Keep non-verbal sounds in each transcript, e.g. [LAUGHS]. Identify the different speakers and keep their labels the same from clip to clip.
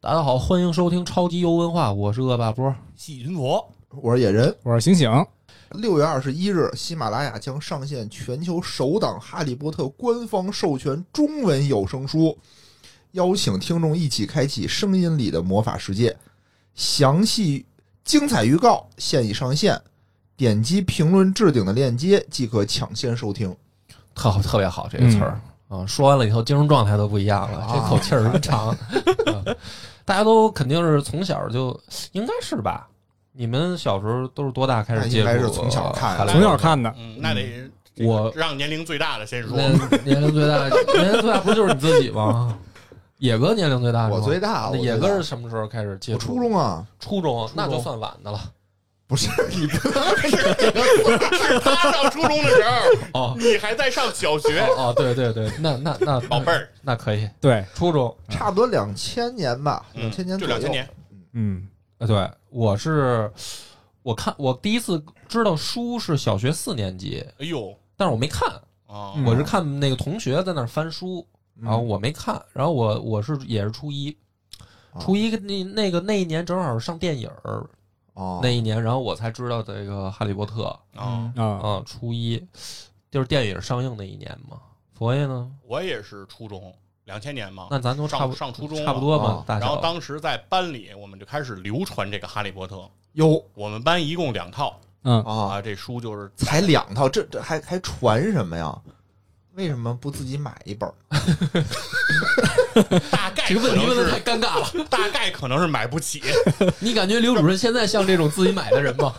Speaker 1: 大家好，欢迎收听超级游文化，我是恶霸波。
Speaker 2: 细云佛，
Speaker 3: 我是野人。
Speaker 4: 我是醒醒，
Speaker 3: 六月二十一日，喜马拉雅将上线全球首档《哈利波特》官方授权中文有声书，邀请听众一起开启声音里的魔法世界。详细精彩预告现已上线，点击评论置顶的链接即可抢先收听。
Speaker 1: 特好，特别好这个词儿、啊！说完了以后，精神状态都不一样了，
Speaker 3: 嗯啊
Speaker 1: 这口气儿真
Speaker 3: [LAUGHS]
Speaker 1: 长、啊大家都肯定是从小就应该是吧？你们小时候都是多大开始接触？啊
Speaker 3: 那应该是从小看
Speaker 1: 哈利波特
Speaker 4: 从小看
Speaker 3: 啊
Speaker 4: 的，
Speaker 2: 嗯，那得这个
Speaker 1: 我嗯
Speaker 2: 让年龄最大的先说，
Speaker 1: 那年龄最大，年龄最大不就是你自己吗？野哥年龄最大是吗，
Speaker 3: 我最大，
Speaker 1: 那
Speaker 3: 我
Speaker 1: 野
Speaker 3: 最
Speaker 1: 哥
Speaker 3: 大
Speaker 1: 是什么时候开始接
Speaker 3: 我
Speaker 1: 触？
Speaker 3: 初，中啊，
Speaker 1: 初中，那就
Speaker 3: 中
Speaker 1: 算晚的了。
Speaker 3: 不是你不能
Speaker 2: 是 [LAUGHS] 他上初中的时
Speaker 1: [LAUGHS]
Speaker 2: 候，
Speaker 1: 哦
Speaker 2: 你还在上小学，
Speaker 1: 哦哦，对对对，那那那
Speaker 2: 宝贝，儿，
Speaker 1: 那可以。
Speaker 4: 对，
Speaker 1: 初中，
Speaker 3: 差不多两千年吧，
Speaker 2: 嗯
Speaker 3: 两千年
Speaker 2: 就
Speaker 3: 左
Speaker 2: 两
Speaker 3: 右
Speaker 2: 千。年，
Speaker 4: 嗯，
Speaker 1: 呃，对，我是我看我第一次知道书是小学四年级，
Speaker 2: 哎呦
Speaker 1: 但是我没看，
Speaker 2: 啊，
Speaker 4: 嗯
Speaker 1: 我是看那个同学在那儿翻书，
Speaker 3: 嗯
Speaker 1: 然后我没看，然后我我是也是初一，
Speaker 3: 啊
Speaker 1: 初一那那个那一年正好上电影儿
Speaker 3: 哦
Speaker 1: 那一年，然后我才知道这个《哈利波特》
Speaker 2: 啊，
Speaker 4: 啊，
Speaker 1: 啊，初一就是电影上映那一年嘛。佛爷呢？
Speaker 2: 我也是初中，两千
Speaker 3: 哦
Speaker 2: 年嘛，
Speaker 1: 那咱都差不
Speaker 2: 上上初中了
Speaker 1: 差不多嘛
Speaker 3: 啊，
Speaker 1: 大
Speaker 2: 然
Speaker 1: 小
Speaker 2: 后。当时在班里，我们就开始流传这个《哈利波特》，
Speaker 3: 哟
Speaker 2: 我们班一共两套
Speaker 4: 嗯，
Speaker 3: 啊，
Speaker 2: 啊，这书就是
Speaker 3: 才两套，这这还还传什么呀？为什么不自己买一本儿？
Speaker 2: 大概
Speaker 1: 这个问题
Speaker 2: 可
Speaker 1: 问
Speaker 2: 能
Speaker 1: 的太
Speaker 2: 是
Speaker 1: [LAUGHS] 尴尬了，
Speaker 2: 大概可能是买不起，
Speaker 1: 你感觉刘主任现在像这种自己买的人
Speaker 3: [LAUGHS]
Speaker 1: 吗？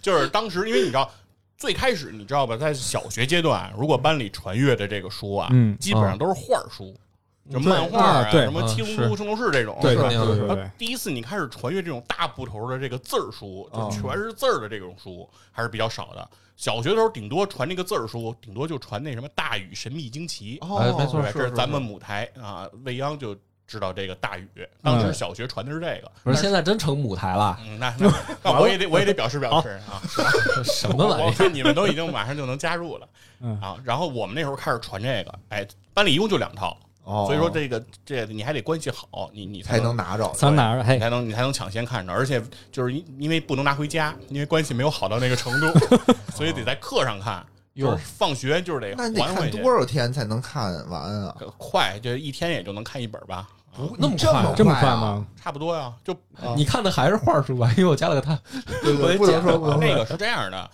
Speaker 2: 就是当时因为你知道。最开始你知道吧，在小学阶段，如果班里传阅的这个书啊，
Speaker 4: 嗯
Speaker 2: 基本上都是画儿书，什么漫画
Speaker 4: 啊对
Speaker 2: 什么
Speaker 1: 啊
Speaker 2: 《七龙
Speaker 1: 是
Speaker 2: 珠》《圣斗士》这种。
Speaker 4: 对
Speaker 1: 是
Speaker 4: 对
Speaker 1: 吧
Speaker 4: 对对
Speaker 2: 然后
Speaker 4: 对，
Speaker 2: 第一次你开始传阅这种大部头的这个字儿书，
Speaker 1: 嗯
Speaker 3: 哦
Speaker 2: 就全是字儿的这种书，还是比较少的。小学的时候，顶多传那个字儿书，顶多就传那什么《大禹神秘惊奇》
Speaker 3: 哦
Speaker 1: 哎没错
Speaker 2: 对吧，
Speaker 1: 是
Speaker 2: 这
Speaker 1: 是
Speaker 2: 咱
Speaker 1: 是
Speaker 2: 们母台啊，未央就知道这个大禹。当时小学传的是这个，
Speaker 1: 嗯不是，现在真成舞台了，哦 [LAUGHS]
Speaker 2: 嗯，那那那我也得我也得表示表示啊，
Speaker 1: 什么玩
Speaker 2: 我我
Speaker 1: 意儿？
Speaker 2: 看你们都已经马上就能加入了
Speaker 4: 嗯
Speaker 2: 啊。然后我们那时候开始传这个，哎，班里一共就两套，
Speaker 3: 哦，
Speaker 2: 所以说这个这你还得关系好，你你
Speaker 3: 才能
Speaker 2: 能
Speaker 3: 拿着。
Speaker 4: 咱拿着，
Speaker 2: 你
Speaker 4: 嘿，
Speaker 2: 才能你才能抢先看着，而且就是因因为不能拿回家，因为关系没有好到那个程度，
Speaker 3: [LAUGHS]
Speaker 2: 所以得在课上看。就是
Speaker 1: 哟
Speaker 2: 放学就是得
Speaker 3: 那你得
Speaker 2: 还回
Speaker 3: 看
Speaker 2: 去，
Speaker 3: 多少天才能看完啊？
Speaker 2: 呃快就一天也就能看一本吧，
Speaker 3: 不
Speaker 1: 那么
Speaker 3: 这
Speaker 1: 快
Speaker 3: 么
Speaker 4: 这么快
Speaker 3: 啊？
Speaker 4: 吗？
Speaker 2: 差不多呀。就
Speaker 4: 哦
Speaker 3: 啊
Speaker 1: 你看的还是画书吧？因为我加了个他，
Speaker 3: 对
Speaker 1: 我也
Speaker 3: 对，不能
Speaker 1: 讲了
Speaker 3: 说不能
Speaker 2: 嗯那
Speaker 3: 说。
Speaker 2: 个是这样的，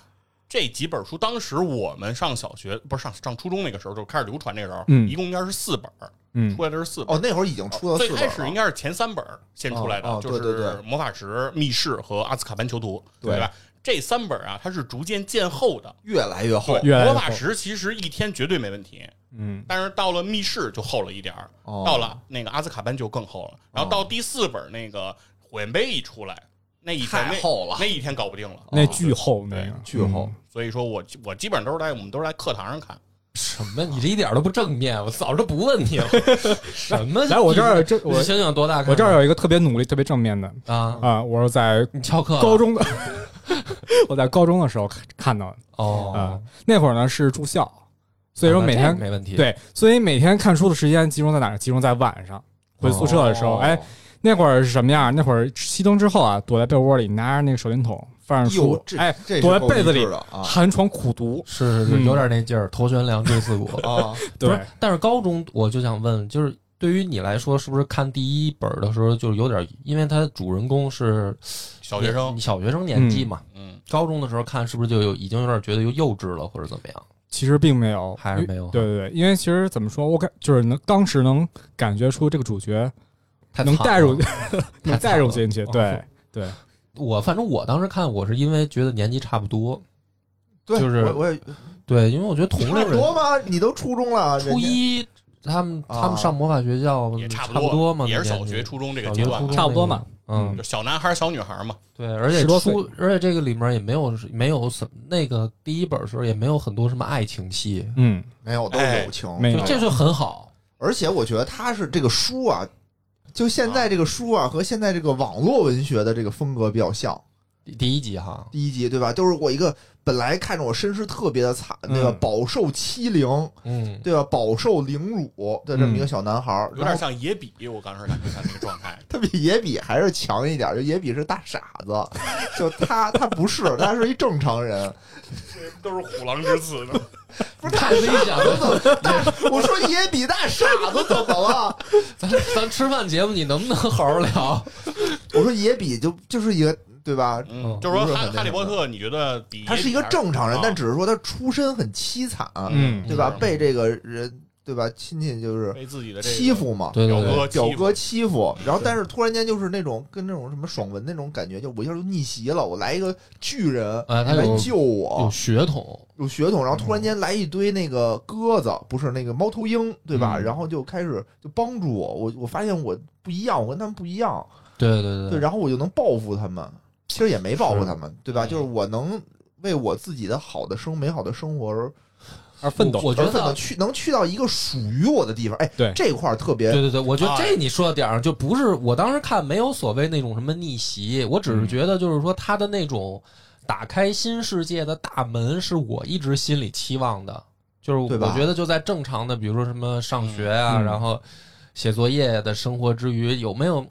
Speaker 2: 这几本书当时我们上小学不是上上初中那个时候就开始流传，那个时候、
Speaker 4: 嗯
Speaker 2: 一共应该是四本儿，
Speaker 4: 嗯
Speaker 2: 出来的是四本。
Speaker 3: 哦，那会儿已经出到
Speaker 2: 最
Speaker 3: 四本
Speaker 2: 开始应
Speaker 3: 了。
Speaker 2: 该是前三本儿先出来的，
Speaker 3: 哦哦
Speaker 2: 就是
Speaker 3: 对对对
Speaker 2: 魔法石、密室和阿兹卡班囚徒，
Speaker 3: 对
Speaker 2: 吧？这三本儿啊，它是逐渐渐厚的。
Speaker 3: 越来越厚
Speaker 2: 对，
Speaker 4: 越来越
Speaker 2: 魔
Speaker 4: 厚
Speaker 2: 法石其实一天绝对没问题，
Speaker 4: 嗯，
Speaker 2: 但是到了密室就厚了一点儿，
Speaker 3: 哦
Speaker 2: 到了那个阿兹卡班就更厚了，然后到第四本那个火焰杯一出来，那一天
Speaker 3: 太厚了哦
Speaker 2: 那，那一天搞不定了。
Speaker 4: 那巨厚那个嗯
Speaker 3: 巨厚，
Speaker 2: 所以说我我基本都是在我们都是在课堂上看，
Speaker 1: 什么？你这一点都不正面，我早就不问你
Speaker 4: [LAUGHS]
Speaker 1: 了。什么？
Speaker 4: 来我这儿这
Speaker 1: 你，
Speaker 4: 我
Speaker 1: 你想想多大？
Speaker 4: 我这儿有一个特别努力、特别正面的
Speaker 1: 啊，
Speaker 4: 啊，我是在
Speaker 1: 你翘课了
Speaker 4: 高中的， [LAUGHS] 我在高中的时候看看到的
Speaker 1: 哦
Speaker 4: 啊，，那会儿呢是住校，所以说
Speaker 1: 啊那
Speaker 4: 每
Speaker 1: 这
Speaker 4: 天
Speaker 1: 没问题。，
Speaker 4: 对，所以每天看书的时间集中在哪儿？集中在晚上回宿舍的时候，哎，，那会儿是什么样？那会儿熄灯之后啊，躲在被窝里，拿着那个手电筒，放上
Speaker 3: 哟
Speaker 4: 书，，
Speaker 3: 这
Speaker 4: 哎，
Speaker 3: 这是
Speaker 4: 躲在
Speaker 3: 够
Speaker 4: 被子
Speaker 3: 励
Speaker 4: 里
Speaker 3: 志的
Speaker 1: [LAUGHS]
Speaker 3: 啊
Speaker 4: 寒窗苦读。
Speaker 1: 是是是，
Speaker 4: 嗯
Speaker 1: 有点那劲儿，头悬梁锥刺股。
Speaker 4: [LAUGHS]
Speaker 3: 啊！
Speaker 1: 不
Speaker 4: 对
Speaker 1: 是，但是高中我就想问，就是对于你来说，是不是看第一本的时候就有点，因为他主人公是
Speaker 2: 小学生，
Speaker 1: 小学生年纪嘛，
Speaker 2: 嗯，
Speaker 1: 高中的时候看是不是就有已经有点觉得又幼稚了，或者怎么样？
Speaker 4: 其实并没有，
Speaker 1: 还是没有
Speaker 4: 对对对，因为其实怎么说，我感就是能当时能感觉出这个主角
Speaker 1: 太
Speaker 4: 能
Speaker 1: 惨
Speaker 4: 带入
Speaker 1: 了，
Speaker 4: 能带入进去，
Speaker 1: 了
Speaker 4: 对对，
Speaker 1: 我反正我当时看，我是因为觉得年纪差不多，
Speaker 3: 对，
Speaker 1: 就是
Speaker 3: 我我也
Speaker 1: 对，因为我觉得同
Speaker 3: 差
Speaker 1: 龄
Speaker 3: 不
Speaker 1: 人
Speaker 3: [LAUGHS] 多吗？你都初中了，啊人
Speaker 1: 初
Speaker 3: 家
Speaker 1: 一他们
Speaker 3: 啊
Speaker 1: 他们上魔法学校
Speaker 2: 也差
Speaker 1: 不
Speaker 2: 多
Speaker 1: 嘛，
Speaker 2: 也是
Speaker 1: 那
Speaker 2: 小
Speaker 1: 年纪
Speaker 2: 学、初中这个
Speaker 1: 小
Speaker 2: 阶
Speaker 1: 学
Speaker 2: 段
Speaker 1: 初
Speaker 2: 嘛，
Speaker 1: 中
Speaker 4: 差不多嘛
Speaker 1: 那个。嗯，
Speaker 2: 就小男孩小女孩嘛，
Speaker 1: 对，而且
Speaker 4: 10多岁
Speaker 1: 初，而且这个里面也没有没有什那个第一本的时候也没有很多什么爱情戏，
Speaker 4: 嗯，
Speaker 3: 没有都
Speaker 2: 哎
Speaker 3: 友情，
Speaker 4: 没
Speaker 1: 就
Speaker 4: 有
Speaker 1: 这就很好。
Speaker 3: 而且我觉得他是这个书啊，就现在这个书啊和现在这个网络文学的这个风格比较像。
Speaker 1: 第一集哈，
Speaker 3: 第一集对吧？就是我一个本来看着我身世特别的惨，对吧？
Speaker 4: 嗯
Speaker 3: 饱受欺凌，
Speaker 1: 嗯，
Speaker 3: 对吧？饱受凌辱的这么一个小男孩儿，
Speaker 2: 嗯有
Speaker 3: 然
Speaker 2: 点
Speaker 3: 后。
Speaker 2: 像野比，我当时感觉他那个状态
Speaker 3: 他比野比还是强一点儿，就野比是大傻子，就他他不是，他是一正常人。
Speaker 2: [LAUGHS] 都是虎狼之词呢，
Speaker 1: 不是太危险了。
Speaker 3: 我说野比大傻子啊怎么了？
Speaker 1: 咱咱吃饭节目，你能不能好好聊？
Speaker 3: 我说野比就就是一个对吧？
Speaker 2: 嗯，就是说
Speaker 3: 不是
Speaker 2: 哈
Speaker 3: 很那
Speaker 2: 哈利波
Speaker 3: 什么
Speaker 2: 特，你觉得比
Speaker 3: 他是一个正常人
Speaker 2: 啊，
Speaker 3: 但只是说他出身很凄惨，
Speaker 4: 嗯
Speaker 3: 对吧？
Speaker 2: 嗯
Speaker 3: 被这个人对吧亲戚就是
Speaker 2: 被自己的这个
Speaker 3: 欺负嘛，
Speaker 1: 对
Speaker 2: 表
Speaker 1: 对对，
Speaker 3: 表
Speaker 2: 哥欺负
Speaker 3: 哥欺负，然后但是突然间就是那种跟那种什么爽文那种感觉，就我一下就逆袭了，我来一个巨人
Speaker 1: 哎他有
Speaker 3: 来救
Speaker 1: 有
Speaker 3: 我，
Speaker 1: 血统，
Speaker 3: 有血统，然后突
Speaker 2: 嗯
Speaker 3: 然间来一堆那个鸽子，不是那个猫头鹰，对吧？
Speaker 4: 嗯
Speaker 3: 然后就开始就帮助我，我我发现我不一样，我跟他们不一样，
Speaker 1: 对对
Speaker 3: 对，
Speaker 1: 对，
Speaker 3: 然后我就能报复他们，其实也没报复他们，对吧？
Speaker 2: 嗯
Speaker 3: 就是我能为我自己的好的生美好的生活而
Speaker 4: 而奋斗。
Speaker 1: 我觉
Speaker 3: 而奋斗
Speaker 1: 得。
Speaker 3: 去能去到一个属于我的地方，哎，
Speaker 4: 对
Speaker 3: 这块儿特别
Speaker 1: 对对对，我觉得
Speaker 2: 哎
Speaker 1: 这你说的点儿上就不是我当时看没有所谓那种什么逆袭，
Speaker 3: 嗯
Speaker 1: 我只是觉得就是说他的那种打开新世界的大门是我一直心里期望的，就是
Speaker 3: 对
Speaker 1: 我
Speaker 3: 吧
Speaker 1: 觉得就在正常的比如说什么上学啊，
Speaker 4: 嗯嗯
Speaker 1: 然后写作业的生活之余，有没有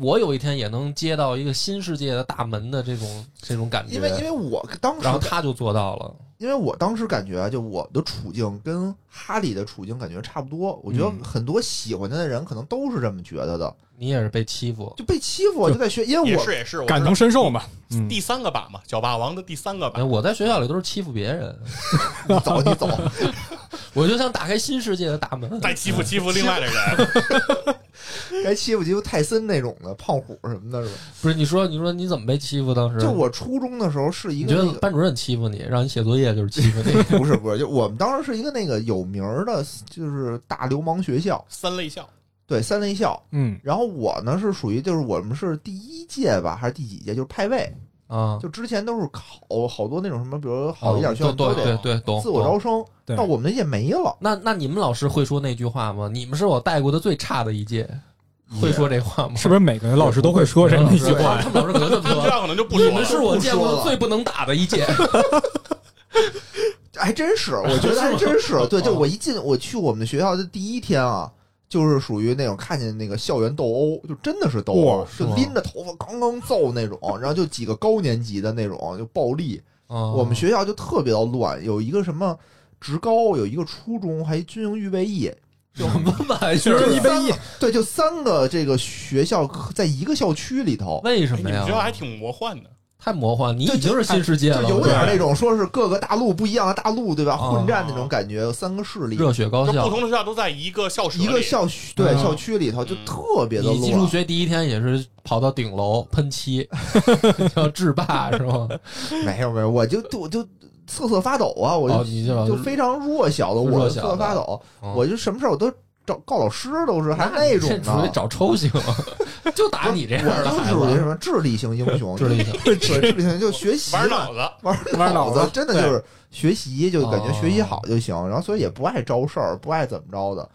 Speaker 1: 我有一天也能接到一个新世界的大门的这种这种感觉？
Speaker 3: 因为因为我当时
Speaker 1: 然后他就做到了，
Speaker 3: 因为我当时感觉啊，就我的处境跟哈利的处境感觉差不多。我觉
Speaker 1: 嗯
Speaker 3: 得很多喜欢他的人可能都是这么觉得的，
Speaker 1: 你也是被欺负，
Speaker 3: 就被欺负就在学，因为
Speaker 2: 也
Speaker 3: 我
Speaker 2: 是也是，我
Speaker 4: 感
Speaker 2: 知道
Speaker 4: 同身受嘛，嗯，
Speaker 2: 第三个把嘛，小霸王的第三个把
Speaker 1: 哎，
Speaker 3: [LAUGHS]
Speaker 1: 我在学校里都是欺负别人，
Speaker 2: [LAUGHS]
Speaker 3: 你走你走，
Speaker 1: 我就想打开新世界的大
Speaker 2: [LAUGHS]
Speaker 1: 门。
Speaker 2: 再欺负欺负另外的人，
Speaker 3: 该欺负欺负泰森那种的胖虎什么的，是吧？
Speaker 1: 不是你说，你说你怎么被欺负？当时
Speaker 3: 就，我初中的时候是一
Speaker 1: 你
Speaker 3: 个
Speaker 1: 觉
Speaker 3: 那
Speaker 1: 得
Speaker 3: 个。。
Speaker 1: 班主任欺负你，让你写作业就是欺负你
Speaker 3: 不是不是，就我们当时是一个那个有名儿的，就是大流氓学校，
Speaker 2: [LAUGHS] 三
Speaker 3: [LAUGHS]
Speaker 2: 类校，
Speaker 3: 对三类校。
Speaker 4: 嗯
Speaker 3: 然后我呢是属于就是我们是第一届吧，还是第几届？就是派位， [LAUGHS]
Speaker 1: 啊？
Speaker 3: 就之前都是考好多那种什么，比如好一点学校
Speaker 1: 哦对
Speaker 3: 都
Speaker 1: 对
Speaker 3: 得
Speaker 1: 对对，懂。
Speaker 3: 自我招
Speaker 1: 懂
Speaker 3: 生，
Speaker 4: 对
Speaker 3: 到我们那届没了。
Speaker 1: 那那你们老师会说那句话吗？你们是我带过的最差的一届，嗯会说这话吗？
Speaker 4: 是不是每个老师都会说这
Speaker 1: 我
Speaker 4: 么
Speaker 1: 们
Speaker 4: 一
Speaker 1: 老
Speaker 4: 句
Speaker 1: 师
Speaker 4: 话？
Speaker 1: 他们老师可能这么
Speaker 2: 他们这
Speaker 1: 说。
Speaker 2: 样可能就不
Speaker 1: 你
Speaker 2: 说
Speaker 1: 们是
Speaker 2: 了。哎
Speaker 1: 我见
Speaker 3: [LAUGHS] 不说
Speaker 1: 过
Speaker 3: 了
Speaker 1: 最不能打的一届。
Speaker 3: 还真是，我觉得还真是，对，就我一进我去我们的学校的第一天啊，就是属于那种看见那个校园斗殴，就真的是斗殴
Speaker 4: 哇，
Speaker 1: 是
Speaker 3: 就
Speaker 1: 吗
Speaker 3: 拎着头发刚刚揍那种，然后就几个高年级的那种就暴力，
Speaker 1: 我
Speaker 3: 我们学校就特别的乱，有一个什么职高，有一个初中，还军营预备役，
Speaker 1: 什么玩意
Speaker 4: 就
Speaker 1: 儿
Speaker 4: 是？
Speaker 3: 就
Speaker 4: 预备
Speaker 3: 三
Speaker 4: 役
Speaker 3: 个，对，就三个这个学校在一个校区里头，
Speaker 1: 为
Speaker 2: 哎
Speaker 1: 什
Speaker 2: 你
Speaker 1: 么
Speaker 2: 们学校
Speaker 1: 呀？
Speaker 2: 还挺魔幻的，
Speaker 1: 太魔幻，你已经是新世界
Speaker 3: 就
Speaker 1: 了，
Speaker 3: 有
Speaker 1: 我觉
Speaker 3: 点
Speaker 1: 得
Speaker 3: 那种说是各个大陆不一样的大陆，对吧？
Speaker 1: 啊
Speaker 3: 混战那种感觉，有三个势力，
Speaker 1: 热血高
Speaker 2: 就
Speaker 1: 校
Speaker 2: 不。同的学校都在一个校舍里，
Speaker 3: 一个校区对、
Speaker 4: 嗯
Speaker 3: 校区里头就特别的啊
Speaker 1: 你入
Speaker 3: 乱，
Speaker 1: 学第一天也是跑到顶楼喷
Speaker 3: [LAUGHS]
Speaker 1: 漆，叫制霸是吗？
Speaker 3: 没有没有，我就我就瑟瑟发抖啊，我就、
Speaker 1: 哦你就
Speaker 3: 就非常弱小的
Speaker 1: 弱
Speaker 3: 我
Speaker 1: 小
Speaker 3: 瑟
Speaker 1: 的
Speaker 3: 瑟发抖，
Speaker 1: 嗯
Speaker 3: 我就什么事儿我都找告老师都是，还那种
Speaker 1: 这属于
Speaker 3: 呢。
Speaker 1: 找抽性，就打你这样
Speaker 3: 我
Speaker 1: 的
Speaker 3: 就
Speaker 1: 孩
Speaker 3: 属于什
Speaker 1: 子，
Speaker 3: 么智力型英
Speaker 1: [LAUGHS]
Speaker 3: 雄，
Speaker 1: 智力型
Speaker 3: 对智力型就学习
Speaker 2: 玩
Speaker 3: 嘛
Speaker 2: 脑子，
Speaker 3: 玩
Speaker 4: 玩
Speaker 3: 脑
Speaker 4: 脑
Speaker 3: 子
Speaker 4: 子，哦
Speaker 3: 真的就是学习，就感觉学习好就行，然后所以也不爱招事儿，不爱怎么着的。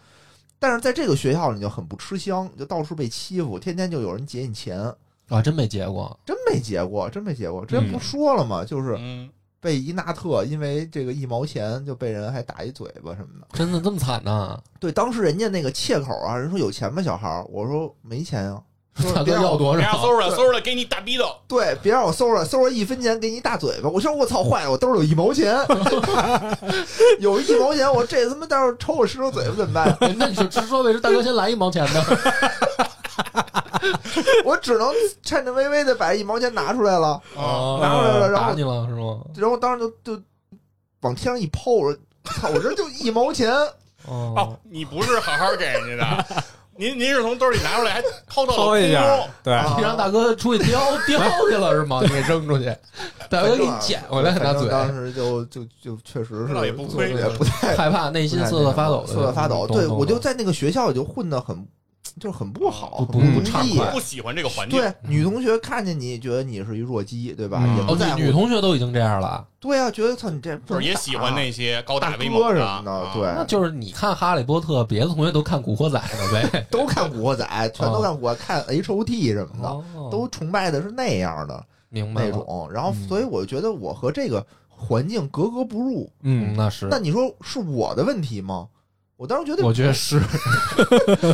Speaker 3: 但是在这个学校你就很不吃香，就到处被欺负，天天就有人劫你钱，
Speaker 1: 啊，真没结果。
Speaker 3: 真没结过，真没结过。之前不
Speaker 4: 嗯
Speaker 3: 说了吗？就是
Speaker 2: 嗯，
Speaker 3: 被伊纳特因为这个一毛钱就被人还打一嘴巴什么的。
Speaker 1: 真的这么惨呢、
Speaker 3: 对，当时人家那个切口啊，人说有钱吗，小孩儿？我说没钱啊。说
Speaker 1: 大哥
Speaker 3: 别让
Speaker 1: 要
Speaker 3: 我
Speaker 1: 多
Speaker 2: 人家
Speaker 1: 少？
Speaker 2: 搜出来搜出来给你大逼斗，
Speaker 3: 对，别让我搜了，搜了一分钱给你一大嘴巴。我说我操，坏了，我兜里有一
Speaker 1: [LAUGHS]
Speaker 3: 毛钱，有一毛钱，我这他妈到时候抽我十张嘴巴怎么办？
Speaker 1: 那你就直说呗，是大哥先来一毛钱
Speaker 3: [LAUGHS]
Speaker 1: 的。
Speaker 3: 我只能颤颤巍巍的把一毛钱拿出来了，
Speaker 2: 啊，
Speaker 3: 拿出来了然
Speaker 1: 哦呃
Speaker 3: 后
Speaker 1: 打你了是吗？
Speaker 3: 然后当时就就往天上一抛，我说操，我这就一毛钱，嗯
Speaker 1: 哦
Speaker 2: 哦，，你不是好好给人
Speaker 3: [LAUGHS]
Speaker 2: 家的，您您是从兜里拿出来还掏到
Speaker 4: 掏一下
Speaker 2: 了，
Speaker 4: 对，
Speaker 3: 啊
Speaker 1: 你让大哥出去
Speaker 3: [LAUGHS]
Speaker 1: 叼叼去了是吗？你给扔出去，大哥给哎你捡回来，拿
Speaker 3: 反正
Speaker 1: 嘴，
Speaker 3: 当时就就就确实是
Speaker 2: 那也不亏
Speaker 3: 也不太
Speaker 1: 害怕，内心瑟瑟发抖的，
Speaker 3: 瑟瑟发抖。
Speaker 1: 懂
Speaker 3: 对
Speaker 1: 懂
Speaker 3: 我就
Speaker 1: 懂
Speaker 3: 在那个学校就混得很，就是很不好，
Speaker 1: 不
Speaker 3: 很
Speaker 1: 不
Speaker 3: 如
Speaker 1: 畅
Speaker 3: 意
Speaker 1: 快
Speaker 2: 不喜欢这个环境，
Speaker 3: 对，女同学看见你，觉得你是一弱鸡，对吧？
Speaker 4: 嗯
Speaker 3: 也不在
Speaker 1: 哦，
Speaker 3: 乎
Speaker 1: 女女。同学都已经这样了，
Speaker 3: 对啊，觉得操你这不
Speaker 2: 就是
Speaker 3: 能
Speaker 2: 也
Speaker 3: 打
Speaker 2: 喜欢那些高
Speaker 3: 大
Speaker 2: 大
Speaker 3: 哥
Speaker 2: 威
Speaker 3: 什
Speaker 2: 猛
Speaker 3: 么的，
Speaker 2: 啊，
Speaker 1: 那
Speaker 3: 对，。
Speaker 1: 就是你看《哈利波特》，别的同学都看《古惑仔》了呗
Speaker 3: 都看《古惑仔》，全都看古惑，看 H O T 什么的，
Speaker 1: 嗯哦
Speaker 3: 都崇拜的是那样的
Speaker 1: 明白
Speaker 3: 那
Speaker 1: 了。
Speaker 3: 种。然后
Speaker 4: 嗯，
Speaker 3: 所以我觉得我和这个环境格格不入。
Speaker 1: 嗯，
Speaker 4: 嗯，
Speaker 1: 那是
Speaker 3: 那，你说是我的问题吗？我当时觉得，
Speaker 1: 我觉得是，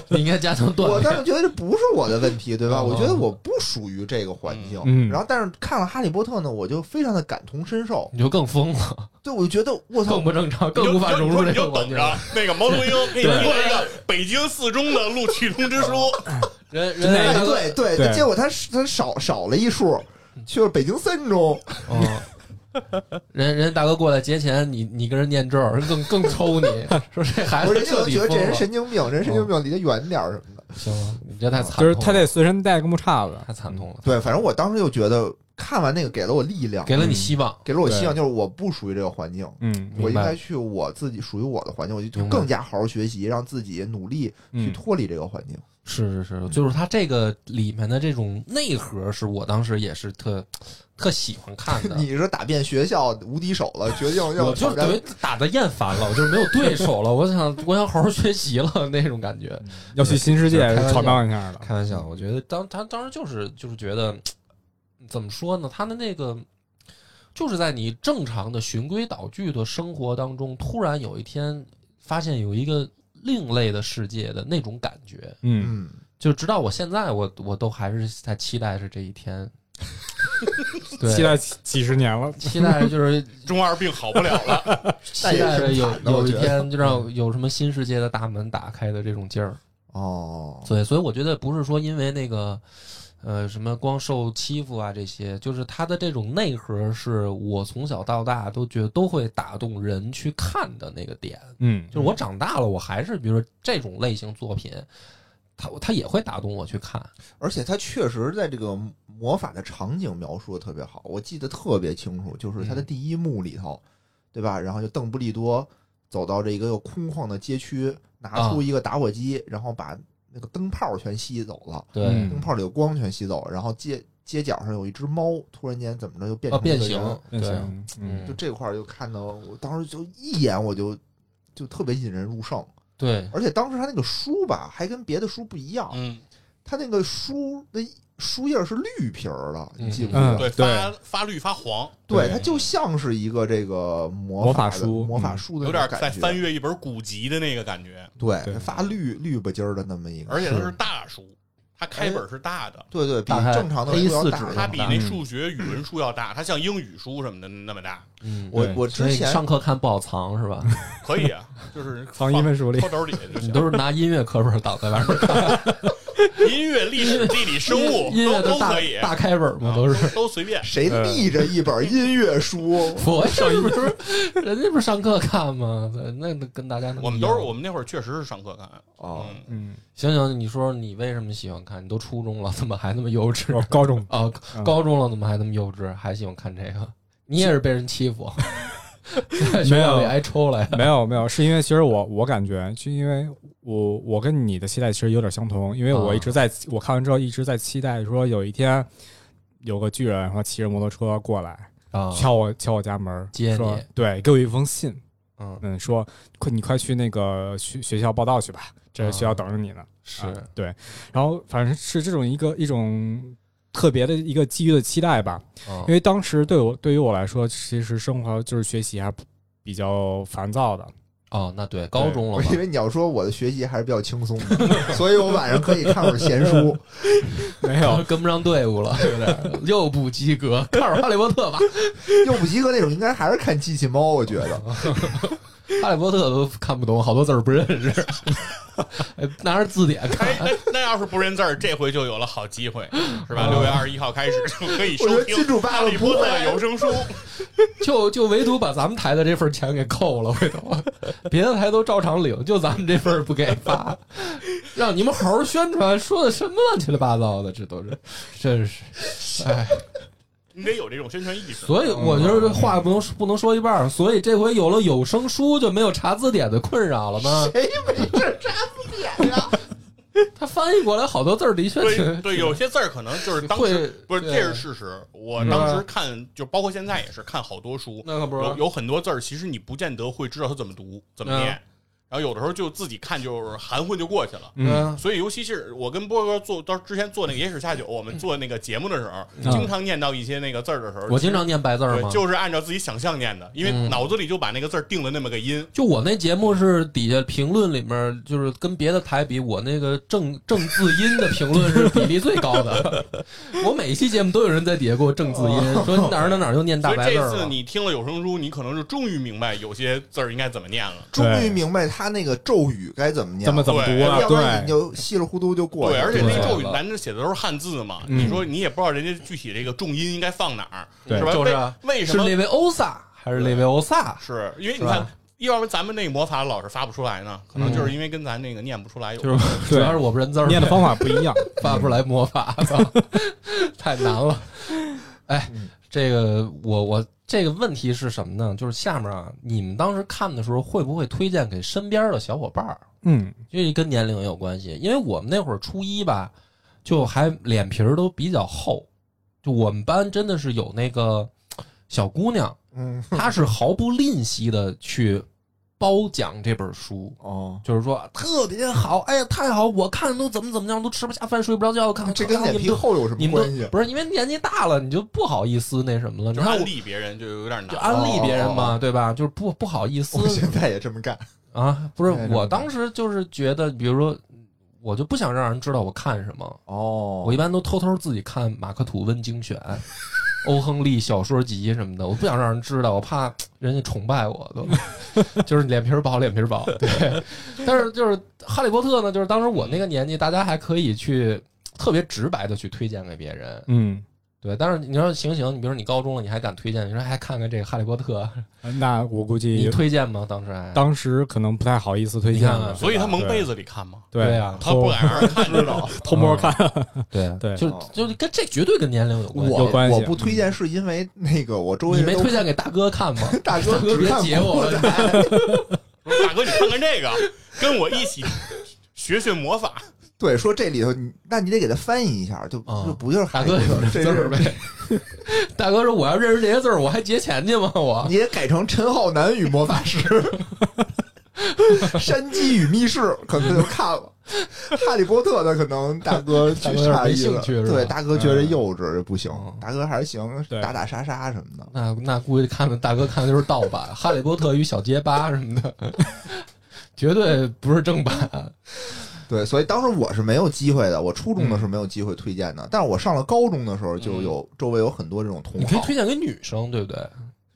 Speaker 1: 你应该加强锻
Speaker 3: 我当
Speaker 1: 炼。[LAUGHS]
Speaker 3: 时觉得这不是我的问题，对吧？
Speaker 1: 哦
Speaker 3: 我觉得我不属于这个环境。
Speaker 4: 嗯
Speaker 3: 然后，但是看了《哈利波特》呢，我就非常的感同身受。
Speaker 1: 你就更疯了，
Speaker 3: 对，我就觉得我操
Speaker 1: 更，不正常，
Speaker 2: 你就
Speaker 1: 更无法融入
Speaker 2: 你
Speaker 1: 这
Speaker 2: 就
Speaker 1: 个
Speaker 2: 你就
Speaker 1: 环境。
Speaker 2: 等着那个毛泽东给你
Speaker 1: 对
Speaker 2: 做一个北京四中的录取通知书， [LAUGHS]
Speaker 1: 人
Speaker 4: 真
Speaker 1: 人
Speaker 4: 的
Speaker 3: 哎
Speaker 1: 家都，
Speaker 3: 对对，
Speaker 4: 对
Speaker 3: 结果他他少少了一数，去了北京三中。
Speaker 1: 嗯，人人家大哥过来劫钱，你你跟人念咒，人更更抽你，说这孩
Speaker 3: 我
Speaker 1: 子
Speaker 3: 人家
Speaker 1: 彻
Speaker 3: 都
Speaker 1: 底
Speaker 3: 觉得这
Speaker 1: 疯
Speaker 3: 人
Speaker 1: 了。
Speaker 3: 神经病，这人神经病离他远点儿什么的。
Speaker 1: 行了，你这太惨痛了，
Speaker 4: 就是他得随身带个木叉子，
Speaker 1: 太惨痛了，
Speaker 3: 嗯对，反正我当时就觉得看完那个给了我力量，
Speaker 1: 给了你希望。
Speaker 3: 给了我希望，就是我不属于这个环境，
Speaker 4: 嗯，
Speaker 1: 明白
Speaker 3: 我应该去我自己属于我的环境，我就
Speaker 1: 明白
Speaker 3: 更加好好学习，让自己努力去
Speaker 4: 嗯
Speaker 3: 脱离这个环境。
Speaker 1: 是是是，就是它这个里面的这种内核，是我当时也是特特喜欢看的。
Speaker 3: [LAUGHS] 你是打遍学校无敌手了，决定要
Speaker 1: 我就
Speaker 3: 挑
Speaker 1: 是等于
Speaker 3: 战。
Speaker 1: 打的厌烦了，我就是没有对手了，我想我想好好学习了那种感觉。
Speaker 4: 要去新世界
Speaker 1: 就是开玩笑
Speaker 4: 闯荡一下了。
Speaker 1: 开玩笑，我觉得当他当时就是就是觉得怎么说呢，他的那个就是在你正常的循规蹈矩的生活当中，突然有一天发现有一个另类的世界的那种感觉，
Speaker 4: 嗯，
Speaker 3: 嗯，
Speaker 1: 就直到我现在，我我都还是在期待是这一天。对，
Speaker 4: 期待几几十年了。
Speaker 1: 期待着就是
Speaker 2: 中二病好不了了。
Speaker 1: 期待着有
Speaker 3: 那也
Speaker 1: 有
Speaker 3: 挺惨的我
Speaker 1: 一
Speaker 3: 觉得嗯
Speaker 1: 天就让有什么新世界的大门打开的这种劲儿。
Speaker 3: 哦，
Speaker 1: 对，所以我觉得不是说因为那个呃什么光受欺负啊这些，就是它的这种内核是我从小到大都觉得都会打动人去看的那个点。
Speaker 4: 嗯，
Speaker 1: 就是我长大了，我还是比如说这种类型作品，它它也会打动我去看。
Speaker 3: 而且他确实在这个魔法的场景描述的特别好，我记得特别清楚，就是他的
Speaker 1: 嗯
Speaker 3: 第一幕里头，对吧？然后就邓布利多走到这一个空旷的街区，拿
Speaker 1: 啊
Speaker 3: 出一个打火机，然后把那个灯泡全吸走了，
Speaker 1: 对，
Speaker 4: 嗯
Speaker 3: 灯泡里的光全吸走，然后街街角上有一只猫，突然间怎么着就变
Speaker 1: 啊
Speaker 3: 成一
Speaker 1: 变
Speaker 3: 个人
Speaker 1: 形，
Speaker 4: 那
Speaker 1: 对，
Speaker 4: 行，嗯
Speaker 1: 嗯
Speaker 3: 就这块儿就看到，我当时就一眼我就就特别引人入胜，
Speaker 1: 对，
Speaker 3: 而且当时他那个书吧，还跟别的书不一样，
Speaker 2: 嗯，
Speaker 3: 它那个书的书页是绿皮儿的，
Speaker 1: 嗯
Speaker 3: 你记不记
Speaker 4: 嗯
Speaker 3: 得？
Speaker 2: 对，发发绿发黄，
Speaker 3: 对，
Speaker 4: 对
Speaker 3: 它就像是一个这个魔
Speaker 4: 魔
Speaker 3: 法
Speaker 4: 法
Speaker 3: 的
Speaker 4: 书
Speaker 3: 魔法
Speaker 4: 嗯
Speaker 3: 书的
Speaker 2: 有
Speaker 3: 那
Speaker 2: 点
Speaker 3: 种
Speaker 2: 在
Speaker 3: 感觉
Speaker 2: 翻阅一本古籍的那个感觉，
Speaker 3: 对，
Speaker 4: 对
Speaker 3: 它发绿绿吧唧儿的那么一个，
Speaker 2: 而且它是大书，它开本是大的，
Speaker 3: 对对，比
Speaker 1: 大概
Speaker 3: 正常的
Speaker 1: A4
Speaker 3: 书要
Speaker 1: 纸
Speaker 3: 大
Speaker 1: 哎
Speaker 2: 它
Speaker 3: 很
Speaker 2: 比
Speaker 3: 大
Speaker 2: 那数学、语文书要大，它像英语书什么的那么大，
Speaker 1: 嗯，
Speaker 3: 我
Speaker 4: 对
Speaker 3: 我
Speaker 1: 所
Speaker 3: 之
Speaker 1: 以
Speaker 3: 前
Speaker 1: 上课看不好藏是吧？
Speaker 3: [LAUGHS]
Speaker 2: 可以啊，就是
Speaker 4: 放英文书里
Speaker 2: 放兜里就
Speaker 1: 你
Speaker 2: 行。
Speaker 1: 都是拿音乐课本挡在外面看，
Speaker 2: 音乐、历史、地理、生物
Speaker 1: 音乐
Speaker 2: 都
Speaker 1: 的
Speaker 2: 都
Speaker 1: 大
Speaker 2: 可以，
Speaker 1: 大开本嘛，都 [LAUGHS] 是。
Speaker 2: 都随便。
Speaker 3: 谁
Speaker 4: 呃
Speaker 3: 立着一本音乐书？
Speaker 2: [LAUGHS]
Speaker 1: 我上一不是人家不是上课看吗？对那那跟大家能
Speaker 2: 我们
Speaker 1: 一
Speaker 2: 都
Speaker 1: 样
Speaker 2: 是我们那会儿确实是上课看，
Speaker 3: 哦，
Speaker 4: [LAUGHS]
Speaker 2: 嗯，
Speaker 4: 嗯，
Speaker 2: [LAUGHS]
Speaker 1: 行行，你说说你为什么喜欢看？你都初中了，怎么还那么幼稚
Speaker 4: 我高中
Speaker 1: 啊？
Speaker 4: 嗯
Speaker 1: 高中了怎么还那么幼稚？还喜欢看这个？你也是被人欺 [LAUGHS] 负，在
Speaker 4: 没
Speaker 1: 学校
Speaker 4: 有
Speaker 1: 里挨抽来 [LAUGHS] 的。
Speaker 4: 没有没有，是因为其实我我感觉，就因为我我跟你的期待其实有点相同，因为我
Speaker 1: 啊
Speaker 4: 一直在、我看完之后一直在期待说有一天有个巨人，然后骑着摩托车过来
Speaker 1: 啊
Speaker 4: 敲我敲我家门，
Speaker 1: 接你
Speaker 4: 说对，给我一封信，
Speaker 1: 嗯，
Speaker 4: 嗯，说快你快去那个学学校报道去吧，这
Speaker 1: 啊
Speaker 4: 学校等着你呢。
Speaker 1: 是
Speaker 4: 啊对，然后反正是这种一个一种特别的一个机遇的期待吧，
Speaker 1: 啊
Speaker 4: 因为当时对我对于我来说，其实生活就是学习还比较烦躁的。
Speaker 1: 哦，那对，高中了
Speaker 3: 我
Speaker 1: 嘛
Speaker 3: 以，为你要说我的学习还是比较轻松的，所以我晚上可以看会儿闲
Speaker 4: [LAUGHS]
Speaker 3: 书。
Speaker 4: 没有，
Speaker 1: 跟不上队伍了，对不对？又不及格，看会儿《哈利波特》吧，
Speaker 3: 又不及格那种，应该还是看机器猫，我觉
Speaker 4: 嗯
Speaker 3: 得。
Speaker 1: 《哈利波特》都看不懂，好多字儿不认识， [LAUGHS] 哎拿着字典看
Speaker 2: 哎，。那那要是不认字儿，这回就有了好
Speaker 3: [LAUGHS]
Speaker 2: 机会，是吧？六月二十一号开始就可以
Speaker 3: 我觉
Speaker 2: 收
Speaker 3: 得
Speaker 2: 听
Speaker 3: 金主
Speaker 2: 《
Speaker 3: 爸
Speaker 2: 哈
Speaker 3: 爸
Speaker 2: 利波
Speaker 3: 不
Speaker 2: 特
Speaker 3: 会》
Speaker 2: 有声书。
Speaker 1: 就就唯独把咱们台的这份钱给扣了，回头别的台都照常领，就咱们这份儿不给发，让你们好好宣传，说的什么乱七八糟的，这都是，真是，哎，
Speaker 2: 你得有这种宣传意识。
Speaker 1: 所以我觉得这话不能不能说一半儿，所以这回有了有声书，就没有查字典的困扰了
Speaker 2: [LAUGHS]
Speaker 1: 吗？
Speaker 3: 谁没事扎字典
Speaker 2: 啊
Speaker 3: 呀？
Speaker 1: [LAUGHS] 他翻译过来好多字儿的确
Speaker 2: 对
Speaker 1: 挺
Speaker 2: 对，有些字儿可能就是当
Speaker 1: 会
Speaker 2: 时不是，
Speaker 1: 对
Speaker 2: 这是事实。我
Speaker 3: 嗯
Speaker 2: 当时看，就包括现在也是看好多书，
Speaker 1: 那可不是
Speaker 3: 嗯
Speaker 2: 有有很多字儿，其实你不见得会知道它怎么读、怎么念，然后有的时候就自己看就是含混就过去了。
Speaker 4: 嗯，
Speaker 2: 所以，尤其是我跟波哥做到之前做那个《野史下酒》，我们做那个节目的时候，
Speaker 4: 嗯
Speaker 2: 经常念到一些那个字儿的时候，
Speaker 1: 嗯我经常念白字儿
Speaker 2: 对
Speaker 1: 吗？
Speaker 2: 就是按照自己想象念的，因为
Speaker 1: 嗯
Speaker 2: 脑子里就把那个字儿定了那么个音。
Speaker 1: 就我那节目是底下评论里面，就是跟别的台比，我那个正正字音的评论是比例最高的。 [LAUGHS] 我每一期节目都有人在底下给我正字音，说你哪儿哪儿哪儿又念大
Speaker 2: 哦所以
Speaker 1: 白字
Speaker 2: 这
Speaker 1: 儿
Speaker 2: 次
Speaker 1: 了。
Speaker 2: 你听了有声书，你可能是终于明白有些字儿应该怎么念了。
Speaker 3: 终于
Speaker 4: 对
Speaker 3: 明白他那个咒语该怎么念
Speaker 4: 怎么
Speaker 3: 了，
Speaker 4: 怎么读
Speaker 2: 对
Speaker 1: 啊
Speaker 4: 了？
Speaker 3: 要不然你
Speaker 4: 对，
Speaker 3: 就稀里糊涂就过去
Speaker 2: 对，
Speaker 3: 了。
Speaker 2: 而且那
Speaker 1: 对
Speaker 2: 咒语咱这写的都是汉字嘛，
Speaker 4: 嗯
Speaker 2: 你说你也不知道人家具体这个重音应该放哪儿，
Speaker 4: 对
Speaker 2: 是吧？
Speaker 1: 就是啊
Speaker 2: 为为什
Speaker 1: 是
Speaker 2: 么
Speaker 1: 那位欧萨还是那位欧萨？
Speaker 2: 是因为
Speaker 1: 是
Speaker 2: 你
Speaker 1: 吧
Speaker 2: 看，要不然咱们那个魔法老是发不出来呢，可能就是因为跟咱那个念不出来有关。
Speaker 4: 就是
Speaker 1: 主嗯要是
Speaker 4: 对
Speaker 1: 我不认字儿，
Speaker 4: 念的方法不一 [LAUGHS] 样。
Speaker 1: 发不出来魔法，操 [LAUGHS] 太难了。哎，
Speaker 4: 嗯
Speaker 1: 这个我我这个问题是什么呢？就是下面啊，你们当时看的时候会不会推荐给身边的小伙伴儿？
Speaker 4: 嗯，
Speaker 1: 因为跟年龄也有关系。因为我们那会儿初一吧，就还脸皮儿都比较厚，就我们班真的是有那个小姑
Speaker 3: [LAUGHS]
Speaker 1: 娘，
Speaker 3: 嗯，
Speaker 1: 她是毫不吝惜的去褒奖这本书。
Speaker 3: 哦，
Speaker 1: 就是说特别好，哎呀太好，我看都怎么怎么样，都吃不下饭，睡不着觉，看
Speaker 3: 这跟
Speaker 1: 看
Speaker 3: 脸皮厚有什
Speaker 1: 你
Speaker 3: 么
Speaker 1: 们都
Speaker 3: 关
Speaker 1: 你们
Speaker 3: 系啊
Speaker 1: 都？不是因为年纪大了，你就不好意思那什么了。你
Speaker 2: 就是
Speaker 1: 看
Speaker 2: 安
Speaker 1: 我
Speaker 2: 利别人就有点
Speaker 1: 就
Speaker 2: 难。
Speaker 1: 安利别人
Speaker 3: 哦哦
Speaker 1: 嘛，对吧？就是不不好意思
Speaker 3: 我现在也这么干，
Speaker 1: 啊，不是
Speaker 3: 对
Speaker 1: 我当时就是觉得，比如说，我就不想让人知道我看什么，
Speaker 3: 哦
Speaker 1: 我一般都偷偷自己看马克吐温精选、欧亨利小说集什么的，我不想让人知道，我怕人家崇拜我都，就是脸皮儿薄，脸皮儿薄。对，但是就是《哈利波特》呢，就是当时我那个年纪，大家还可以去特别直白的去推荐给别人。
Speaker 4: 嗯，
Speaker 1: 对，但是你说行行，你比如说你高中了，你还敢推荐？你说还看看这个《哈利波特》，
Speaker 4: 那我估
Speaker 1: 嗯你
Speaker 4: 计
Speaker 1: 推荐吗？当时还
Speaker 4: 当时可能不太好意思推荐
Speaker 1: 你看
Speaker 4: 了
Speaker 1: 看，
Speaker 2: 所以他蒙被子里看嘛，
Speaker 1: 对嗯
Speaker 4: 对
Speaker 1: 啊
Speaker 2: 他不
Speaker 4: 偷
Speaker 2: 敢让人看知道。
Speaker 4: 偷摸看，
Speaker 1: 对
Speaker 4: 对
Speaker 1: 就
Speaker 3: 哦
Speaker 1: 就跟这绝对跟年龄有关。
Speaker 4: 有
Speaker 3: 我
Speaker 4: 关系
Speaker 3: 我不推荐是因为那个我周围
Speaker 1: 你
Speaker 3: 人
Speaker 1: 没
Speaker 3: 都
Speaker 1: 推荐给大哥
Speaker 3: [LAUGHS]
Speaker 1: 看吗？
Speaker 3: 大哥
Speaker 1: 大哥别
Speaker 3: 只看
Speaker 1: 截我
Speaker 3: 国仔
Speaker 2: 我说大哥，你看看这个，跟我一起学学魔法。
Speaker 3: [LAUGHS] 对，说这里头，你那你得给他翻译一下，就
Speaker 1: 啊
Speaker 3: 就不就是
Speaker 1: 大
Speaker 3: 海
Speaker 1: 哥有
Speaker 3: 豚
Speaker 1: 这
Speaker 3: 这
Speaker 1: 字儿
Speaker 3: 是 [LAUGHS]
Speaker 1: 呗。大哥说：“我要认识这些字儿，我还结钱去吗？我
Speaker 3: 你也改成陈浩南与魔法师，山鸡与密室，可能就看了。哈利波特的可能大哥去
Speaker 1: 大哥有点
Speaker 3: 差
Speaker 1: 没
Speaker 3: 一
Speaker 1: 兴
Speaker 3: 个，
Speaker 1: 趣是吧
Speaker 3: 对大哥觉得幼稚这不行
Speaker 1: 嗯，
Speaker 3: 大哥还是行
Speaker 4: 对
Speaker 3: 打打杀杀什么的。
Speaker 1: 那那估计看的大哥看的就是盗版，《哈利波特与小结巴》什么的， [LAUGHS] 绝对不是正版。
Speaker 3: 对，所以当时我是没有机会的，我初中
Speaker 1: 嗯
Speaker 3: 的时候没有机会推荐的，但是我上了高中的时候就有周围有很多这种同
Speaker 1: 你可以
Speaker 3: 好
Speaker 1: 推，荐给女生，对不对？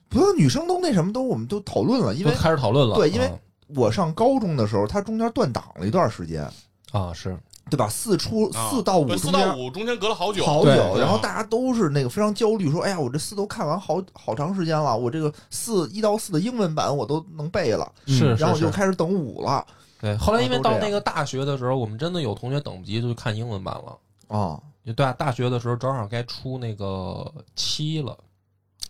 Speaker 3: 不是女生都那什么都我们都讨论了，因为
Speaker 1: 就开始讨论了。
Speaker 3: 对因为
Speaker 1: 啊
Speaker 3: 我上高中的时候，它中间断档了一段时间，
Speaker 1: 啊是
Speaker 3: 对吧？四出
Speaker 2: 啊
Speaker 3: 四到五
Speaker 2: 对四
Speaker 3: 中
Speaker 2: 到
Speaker 3: 间
Speaker 2: 五中间隔了好久，
Speaker 3: 好
Speaker 4: 对
Speaker 3: 久，
Speaker 2: 对
Speaker 3: 然后
Speaker 1: 啊
Speaker 3: 大家都是那个非常焦虑，说：“哎呀，我这四都看完好好长时间了，我这个四一到四的英文版我都能背了，
Speaker 4: 嗯
Speaker 1: 是，
Speaker 3: 然后我
Speaker 1: 是
Speaker 3: 就开始等五了
Speaker 1: 对。后来因为
Speaker 3: 哦都
Speaker 1: 到
Speaker 3: 这样
Speaker 1: 那个大学的时候，我们真的有同学等不及就看英文版了。
Speaker 3: 啊。
Speaker 1: 就对啊，大学的时候正好该出那个七了，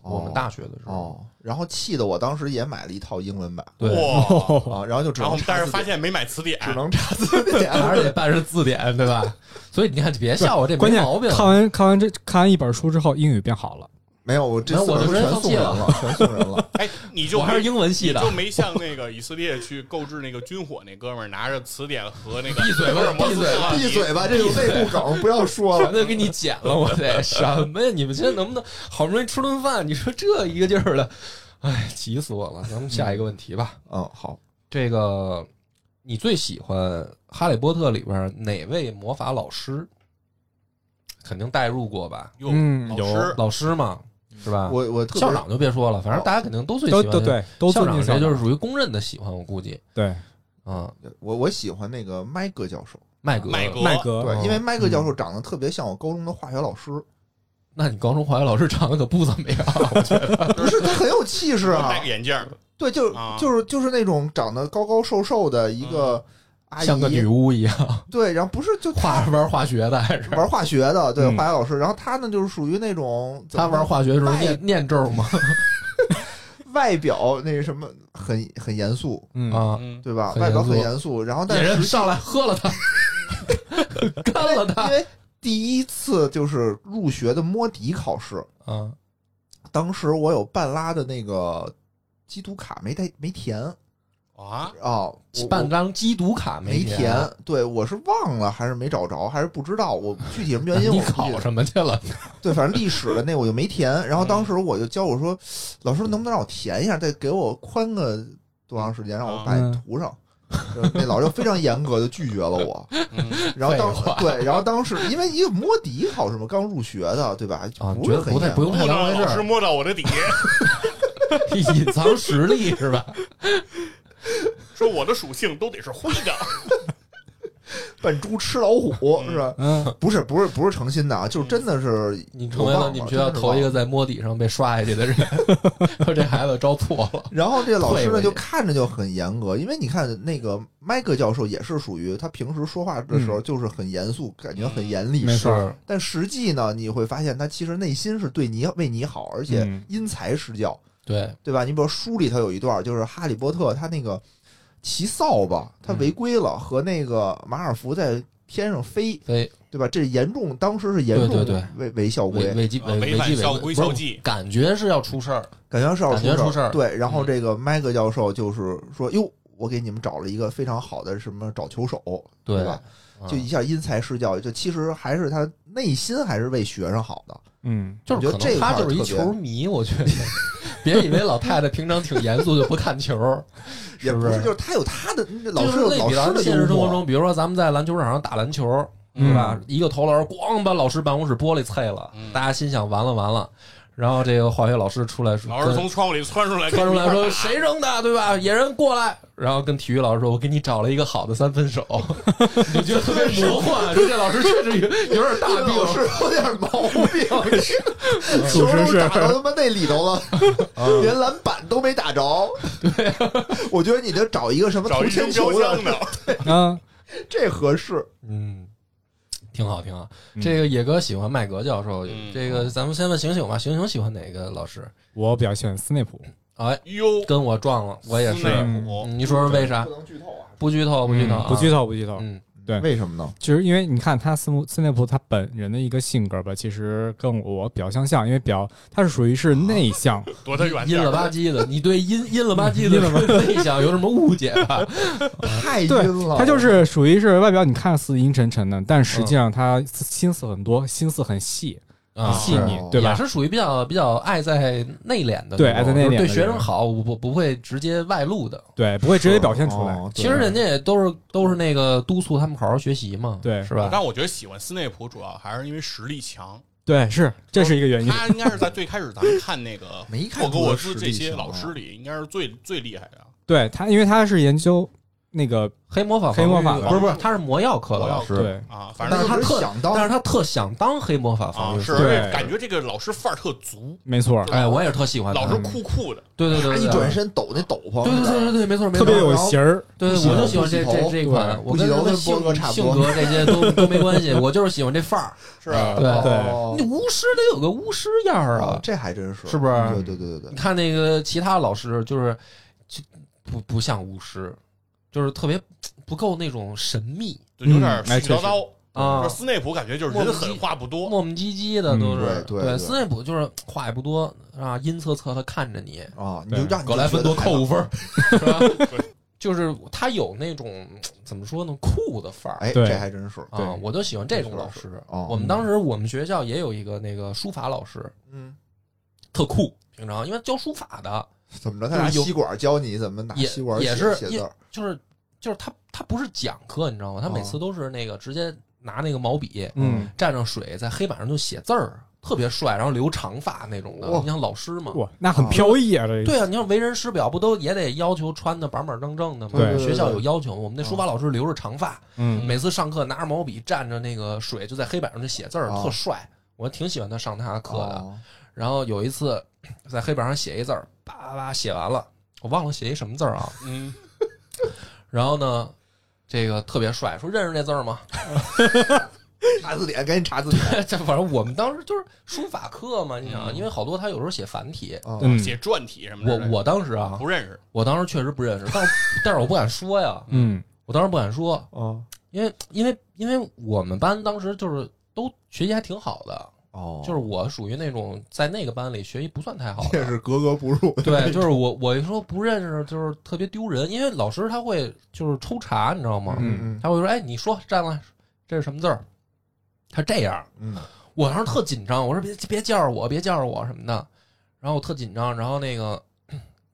Speaker 3: 哦
Speaker 1: 我们大学的时候，
Speaker 3: 哦，然后气得我当时也买了一套英文版
Speaker 1: 对，
Speaker 2: 哇！
Speaker 3: 啊，然后就只
Speaker 2: 然后
Speaker 3: 能查
Speaker 2: 但是
Speaker 3: 字
Speaker 2: 发
Speaker 3: 典，
Speaker 2: 现没买词典，
Speaker 3: 只能查
Speaker 1: [LAUGHS]
Speaker 3: 字典。
Speaker 4: [LAUGHS]
Speaker 1: 还是得办是字典，对吧？所以你看，别笑我，这
Speaker 4: 关
Speaker 1: 没
Speaker 4: 键
Speaker 1: 毛病。
Speaker 4: 看完看完这看完一本书之后，英语变好了。
Speaker 3: 没有，我这
Speaker 1: 那
Speaker 3: 四
Speaker 1: 我
Speaker 3: 本
Speaker 1: 就
Speaker 3: 书
Speaker 1: 真
Speaker 3: 全
Speaker 1: 放
Speaker 3: 送
Speaker 1: 弃
Speaker 3: 人
Speaker 1: 了
Speaker 3: 了，啊全送人了。
Speaker 2: 哎，你就
Speaker 1: 我还是
Speaker 2: 没
Speaker 1: 英文
Speaker 4: [LAUGHS]
Speaker 1: 系的
Speaker 2: 你就，没像那个以色列去购置那个军火那哥们儿拿着词典和那个
Speaker 1: 闭嘴吧
Speaker 2: 福尔摩
Speaker 1: 闭
Speaker 2: 斯
Speaker 1: 嘴吧
Speaker 2: 特朗尼
Speaker 3: [LAUGHS] 闭嘴吧，这有内部梗，不要说
Speaker 1: 全
Speaker 3: 了。
Speaker 1: 都给你剪了，我得什么呀？你们现在能不能好不容易吃顿饭？你说这一个劲儿的，哎，急死我了。咱们下一个问题吧。
Speaker 3: 嗯，好，
Speaker 1: 这个你最喜欢《哈利波特》里边哪位魔法老师？肯定代入过吧？
Speaker 2: 哟，哦
Speaker 4: 嗯
Speaker 2: 老
Speaker 4: 有
Speaker 2: 师
Speaker 1: 老师嘛，
Speaker 2: 嗯
Speaker 1: 是吧？
Speaker 3: 我我特别
Speaker 1: 校长就别说了，反正大家肯定都最喜
Speaker 4: 都
Speaker 1: 欢。
Speaker 4: 都对，都
Speaker 1: 校
Speaker 4: 尊
Speaker 1: 长
Speaker 4: 敬校
Speaker 1: 这就
Speaker 4: 长，
Speaker 1: 是属于公认的喜欢，我估计
Speaker 4: 对
Speaker 1: 啊，
Speaker 3: 我我喜欢那个麦格教授，
Speaker 1: 麦格，
Speaker 2: 麦格
Speaker 4: 麦格，
Speaker 3: 对，
Speaker 1: 哦
Speaker 3: 因为麦格教授长得特别像我高中的化学老师，
Speaker 1: 那你高中化学老师长得可不怎么样，我觉得
Speaker 3: 不是他很有气势啊，
Speaker 2: 戴个眼镜儿，
Speaker 3: 对，就
Speaker 2: 啊
Speaker 3: 就是就是那种长得高高瘦瘦的一个阿姨，
Speaker 1: 像个女巫一样， [LAUGHS]
Speaker 3: 对，然后不是就
Speaker 1: 化
Speaker 3: 她
Speaker 1: 玩化学的还是
Speaker 3: 玩化学的，对，
Speaker 4: 嗯
Speaker 3: 化学老师，然后她呢就是属于那种
Speaker 1: 他玩化学的时候
Speaker 3: 外
Speaker 1: 念念咒吗？
Speaker 3: 外表那什么很很严肃，
Speaker 4: 嗯
Speaker 1: 啊，
Speaker 2: 嗯，
Speaker 3: 对吧？
Speaker 1: 很
Speaker 3: 外表很
Speaker 1: 严肃
Speaker 3: 严肃，然后但
Speaker 1: 野人
Speaker 3: 是
Speaker 1: 上来喝了 [LAUGHS] 他，干 [LAUGHS] 了他
Speaker 3: 因为第一次就是入学的摸底考试，
Speaker 1: 啊！
Speaker 3: 当时我有半拉的那个。机读卡没带没填，
Speaker 2: 啊，
Speaker 3: 啊，我
Speaker 1: 办张缉毒卡
Speaker 3: 没
Speaker 1: 填
Speaker 3: 填，，对我是忘了还是没找着，还是不知道，我具体什么原因
Speaker 1: [LAUGHS] 你
Speaker 3: 我不记
Speaker 1: 考
Speaker 3: 得。
Speaker 1: 什么去了？
Speaker 3: 对，反正历史的那我就没填。然后当时我就教我说，老师能不能让我填一下，再给我宽个多长时间，让
Speaker 1: 啊
Speaker 3: 我把
Speaker 4: 嗯
Speaker 3: 涂上。就那老师就非常严格的拒绝了我，
Speaker 2: 嗯
Speaker 3: 然后
Speaker 1: 废话
Speaker 3: 当对，然后当时因为一个摸底考什么刚入学的，对吧？
Speaker 1: 啊，
Speaker 3: 不
Speaker 1: 觉得
Speaker 3: 是很
Speaker 1: 不太
Speaker 3: 严
Speaker 1: 不用太
Speaker 2: 摸
Speaker 1: 当
Speaker 2: 到
Speaker 1: 回
Speaker 2: 老师
Speaker 1: 事
Speaker 2: 摸到我的底，
Speaker 1: 儿，隐藏实力是吧？
Speaker 2: 说我的属性都得是灰的。
Speaker 3: 扮猪吃老
Speaker 1: [LAUGHS]
Speaker 3: 虎是吧？
Speaker 4: 嗯，
Speaker 3: 不是不是不是诚心的啊，就是真的是
Speaker 1: [LAUGHS] 你成为了你们学校头一个在摸底上被刷下去的人， [LAUGHS] 说这孩子招错了。
Speaker 3: 然后这老师
Speaker 1: 退回
Speaker 3: 呢，
Speaker 1: 去
Speaker 3: 就看着就很严格，因为你看那个麦克教授也是属于他平时说话的时
Speaker 1: 嗯
Speaker 3: 候就是很严肃，感觉很严厉，
Speaker 4: 没错
Speaker 3: 是。但实际呢，你会发现他其实内心是对你为你好，而且
Speaker 4: 嗯
Speaker 3: 因材施教，
Speaker 1: 对，
Speaker 3: 对吧？你比如书里头有一段，就是哈利波特他那个骑扫把，
Speaker 1: 嗯
Speaker 3: 他违规了，和那个马尔福在天上飞，
Speaker 1: 所以
Speaker 3: 对吧？这严重，当时是严重
Speaker 1: 对对对
Speaker 3: 违违校规
Speaker 1: 违，违纪
Speaker 2: 啊
Speaker 1: 违
Speaker 2: 违反
Speaker 1: 纪
Speaker 2: 校
Speaker 1: 违
Speaker 2: 规
Speaker 1: 不是
Speaker 2: 校纪
Speaker 1: 感觉是要出事儿。
Speaker 3: 感觉是要
Speaker 1: 感觉出
Speaker 3: 出
Speaker 1: 事儿
Speaker 3: 对，然后
Speaker 1: 嗯
Speaker 3: 这个麦克教授就是说：“哟，我给你们找了一个非常好的什么找球手，对
Speaker 1: 对
Speaker 3: 吧？
Speaker 1: 嗯
Speaker 3: 就一下因材施教，就其实还是他内心还是为学生好的。
Speaker 4: 嗯，
Speaker 1: 就是可
Speaker 3: 我觉得
Speaker 1: 能
Speaker 3: 这
Speaker 1: 他
Speaker 3: 块儿
Speaker 1: 就是一
Speaker 3: 特别
Speaker 1: 球迷，我
Speaker 3: [LAUGHS]
Speaker 1: 觉得。别以为老太太平常挺严肃就不看球，
Speaker 3: 也
Speaker 1: 是不
Speaker 3: 是，
Speaker 1: 是
Speaker 3: 就是他有他的 [LAUGHS] 老师
Speaker 1: 就是
Speaker 3: 有
Speaker 1: 类
Speaker 3: 老
Speaker 1: 比
Speaker 3: 师
Speaker 1: 到
Speaker 3: 的
Speaker 1: 现实
Speaker 3: 幽
Speaker 1: 生活
Speaker 3: 默，嗯
Speaker 1: 中，比如说咱们在篮球场上打篮球，对吧？一个投篮咣把老师办公室玻璃碎了，
Speaker 2: 嗯
Speaker 1: 大家心想完了完了。然后这个化学老师出来说，
Speaker 2: 老师从窗户里窜出来，
Speaker 1: 跟窜出来
Speaker 2: 跟你
Speaker 1: 说
Speaker 2: 一块
Speaker 1: 谁扔的，对吧？野人过来，然后跟体育老师说，我给你找了一个好的三分
Speaker 3: [LAUGHS]
Speaker 1: 手，你就觉得特别魔幻。说这老师确实有有点大
Speaker 3: 这
Speaker 1: 病
Speaker 3: 老，师有点毛病，球
Speaker 4: 属实
Speaker 3: 都
Speaker 4: 是
Speaker 3: 打到他妈那里头了，连篮板都没打着。对，我觉得你得找一个什么
Speaker 2: 打找
Speaker 3: 投
Speaker 2: 一
Speaker 3: 铅
Speaker 2: 扔
Speaker 3: 球
Speaker 2: 标
Speaker 3: 的
Speaker 2: 枪，的，
Speaker 4: 啊，
Speaker 3: 这合适。
Speaker 1: 嗯，挺好，挺好。
Speaker 4: 嗯哦
Speaker 1: 这个野哥喜欢麦格教授，
Speaker 2: 嗯
Speaker 1: 这个咱们先问醒醒吧，醒醒喜欢哪个老师？
Speaker 4: 我比较喜欢斯内普，
Speaker 1: 哎，
Speaker 2: 哟，
Speaker 1: 跟我撞了，我也
Speaker 2: 斯内
Speaker 1: 是。
Speaker 2: 普
Speaker 1: 嗯你说说为啥？
Speaker 3: 能剧透啊！
Speaker 1: 不剧透，不剧透
Speaker 4: 嗯
Speaker 1: 啊，
Speaker 4: 不剧透，不剧透，
Speaker 1: 嗯，
Speaker 4: 对
Speaker 3: 为什么呢？
Speaker 4: 就是因为你看他斯姆斯内普他本人的一个性格吧，其实跟我比较相像，因为比较他是属于是
Speaker 1: [LAUGHS]
Speaker 4: 内向，
Speaker 2: 躲他远
Speaker 1: 阴
Speaker 2: 点
Speaker 1: 了
Speaker 2: 儿。
Speaker 1: 吧唧的，你对阴阴了吧
Speaker 4: [LAUGHS]
Speaker 1: 唧的内向有什么误解吧？
Speaker 3: 太
Speaker 4: 对
Speaker 3: 晕
Speaker 1: 哦
Speaker 3: 了，
Speaker 4: 他就是属于是外表你看似阴沉沉的，但实际上他心思很多，心思很细，
Speaker 1: 啊，
Speaker 4: [LAUGHS] 细腻
Speaker 3: 是，
Speaker 4: 对吧
Speaker 1: 也？是属于比较比较爱在内敛的那种，
Speaker 4: 对爱在内敛的
Speaker 1: 就是对
Speaker 4: 那
Speaker 1: 学生
Speaker 4: 种
Speaker 1: 好，不不不会直接外露的。
Speaker 4: 对，不会直接表现出来，
Speaker 3: 哦
Speaker 1: 其实人家也都是都是那个督促他们好好学习嘛，
Speaker 4: 对
Speaker 1: 是吧？
Speaker 2: 但我觉得喜欢斯内普主要还是因为实力强，
Speaker 4: 对，是
Speaker 1: 哦
Speaker 4: 这是一个原因。
Speaker 2: 他应该是在最开始咱们看那个
Speaker 3: 没看
Speaker 2: 霍格
Speaker 3: 出
Speaker 2: 沃
Speaker 3: 他
Speaker 2: 兹
Speaker 3: 实
Speaker 2: 这
Speaker 3: 力
Speaker 2: 些
Speaker 3: 强啊
Speaker 2: 老师里，应该是最最厉害的。
Speaker 4: 对他，因为他是研究那个
Speaker 1: 黑魔法
Speaker 4: 黑魔法
Speaker 1: 防御
Speaker 4: 防
Speaker 1: 不
Speaker 2: 御
Speaker 1: 是不是，他是魔药科的
Speaker 2: 魔药
Speaker 1: 老师，
Speaker 4: 对，
Speaker 2: 啊，反
Speaker 3: 但
Speaker 2: 正
Speaker 1: 是
Speaker 3: 是
Speaker 1: 他特
Speaker 3: 想当
Speaker 1: 但是他特想当黑魔法防
Speaker 2: 啊
Speaker 1: 御
Speaker 2: 是
Speaker 1: 师。
Speaker 2: 而且
Speaker 4: 对
Speaker 2: 感觉这个老师范儿特足，
Speaker 4: 没错，
Speaker 1: 哎，我也是特喜欢他
Speaker 2: 老师酷酷的，
Speaker 1: 对对对，
Speaker 3: 他
Speaker 1: 对
Speaker 3: 一转，身抖那斗篷，
Speaker 1: 对对对对对，没错，没错
Speaker 4: 特别有型儿，
Speaker 1: 对，
Speaker 3: 不洗
Speaker 1: 我就
Speaker 3: 头
Speaker 1: 喜欢这
Speaker 3: 不洗
Speaker 1: 这
Speaker 3: 头
Speaker 1: 这款，
Speaker 4: 对
Speaker 1: 我
Speaker 3: 不洗
Speaker 1: 跟
Speaker 3: 头
Speaker 1: 他的
Speaker 3: 跟
Speaker 1: 性
Speaker 3: 波哥差不
Speaker 1: 性
Speaker 3: 多
Speaker 1: 格这些都都没关
Speaker 3: [LAUGHS]
Speaker 1: 系，我就是喜欢这范儿。
Speaker 2: 是吧？
Speaker 1: 对
Speaker 4: 对
Speaker 3: 哦
Speaker 1: 你巫师得有个巫师样儿
Speaker 3: 哦
Speaker 1: 啊，
Speaker 3: 这还真是，
Speaker 1: 是不是
Speaker 3: 对对对对
Speaker 1: 你
Speaker 3: 对，
Speaker 1: 看那个其他老师就是就不不像巫师，就是特别不够那种神秘
Speaker 2: 就有点絮
Speaker 4: 哎
Speaker 2: 絮
Speaker 4: 确
Speaker 2: 叨
Speaker 4: 实
Speaker 2: 叨。
Speaker 1: 啊
Speaker 2: 说，斯内普感觉就是
Speaker 1: 莫
Speaker 2: 人
Speaker 1: 名其
Speaker 2: 狠话不多，
Speaker 1: 磨磨唧唧的都是。
Speaker 3: 嗯对对对
Speaker 1: 斯内普就是话也不多啊，阴恻恻的看着你，
Speaker 3: 啊，你就
Speaker 4: 对
Speaker 3: 让你
Speaker 1: 格莱芬多扣五分儿，是吧？
Speaker 4: [LAUGHS]
Speaker 1: [LAUGHS] 就是他有那种怎么说呢，酷的范儿。
Speaker 3: 哎，
Speaker 4: 对
Speaker 3: 这还真是，
Speaker 4: 对
Speaker 1: 啊，我就喜欢这种老师。
Speaker 3: 哦
Speaker 1: 我们
Speaker 4: 嗯
Speaker 1: 当时我们学校也有一个那个书法老师，
Speaker 3: 嗯，
Speaker 1: 特酷。平常因为教书法的，
Speaker 3: 怎么着？他拿
Speaker 1: 有
Speaker 3: 吸管教你怎么拿
Speaker 1: 也
Speaker 3: 吸管
Speaker 1: 也
Speaker 3: 写
Speaker 1: 是
Speaker 3: 写
Speaker 1: 也
Speaker 3: 字儿，
Speaker 1: 就是就是他他不是讲课，你知道吗？他每次都是那个直接拿那个毛笔
Speaker 4: 哦嗯，
Speaker 1: 蘸上水，在黑板上就写字儿，特别帅，然后留长发那种的。
Speaker 3: 哇
Speaker 1: 你像老师嘛，
Speaker 4: 哇，那很飘逸啊，这
Speaker 1: 哦对啊，你像为人师表不都也得要求穿的板板正正的吗？
Speaker 4: 对哦
Speaker 1: 学校有要求。我们那书法老师留着长发，
Speaker 4: 嗯
Speaker 1: 每次上课拿着毛笔蘸着那个水，就在黑板上就写字儿，
Speaker 3: 哦
Speaker 1: 特帅。我挺喜欢他上他的课的。
Speaker 3: 哦
Speaker 1: 然后有一次在黑板上写一字儿，叭叭叭写完了，我忘了写一什么字儿啊。
Speaker 2: 嗯，
Speaker 1: 然后呢，这个特别帅，说认识这字儿吗？ [LAUGHS]
Speaker 3: 查字典，赶紧查字典
Speaker 1: 这反正我们当时就是书法课嘛，你想，因为好多他有时候写繁体，
Speaker 3: 啊，
Speaker 4: 嗯
Speaker 2: 写篆体什么之
Speaker 1: 我
Speaker 2: 类的，
Speaker 1: 我当时啊
Speaker 2: 不，认识，
Speaker 1: 我当时确实不认识，但是 [LAUGHS] 但是我不敢说呀，
Speaker 4: 嗯
Speaker 1: 我当时不敢说，
Speaker 3: 哦
Speaker 1: 因为因为因为我们班当时就是都学习还挺好的，
Speaker 3: 哦， [LAUGHS]
Speaker 1: 就是我属于那种在那个班里学习不算太好
Speaker 3: 也
Speaker 1: 的，
Speaker 3: 是格格不入。
Speaker 1: 对，就是我我一说不认识就是特别丢人，因为老师他会就是抽查，你知道吗？
Speaker 3: 嗯
Speaker 1: 他会说：“哎，你说站了，这是什么字儿？”他这样，
Speaker 3: 嗯
Speaker 1: 我当时特紧张，我说别别叫着我，别叫着我什么的，然后我特紧张，然后那个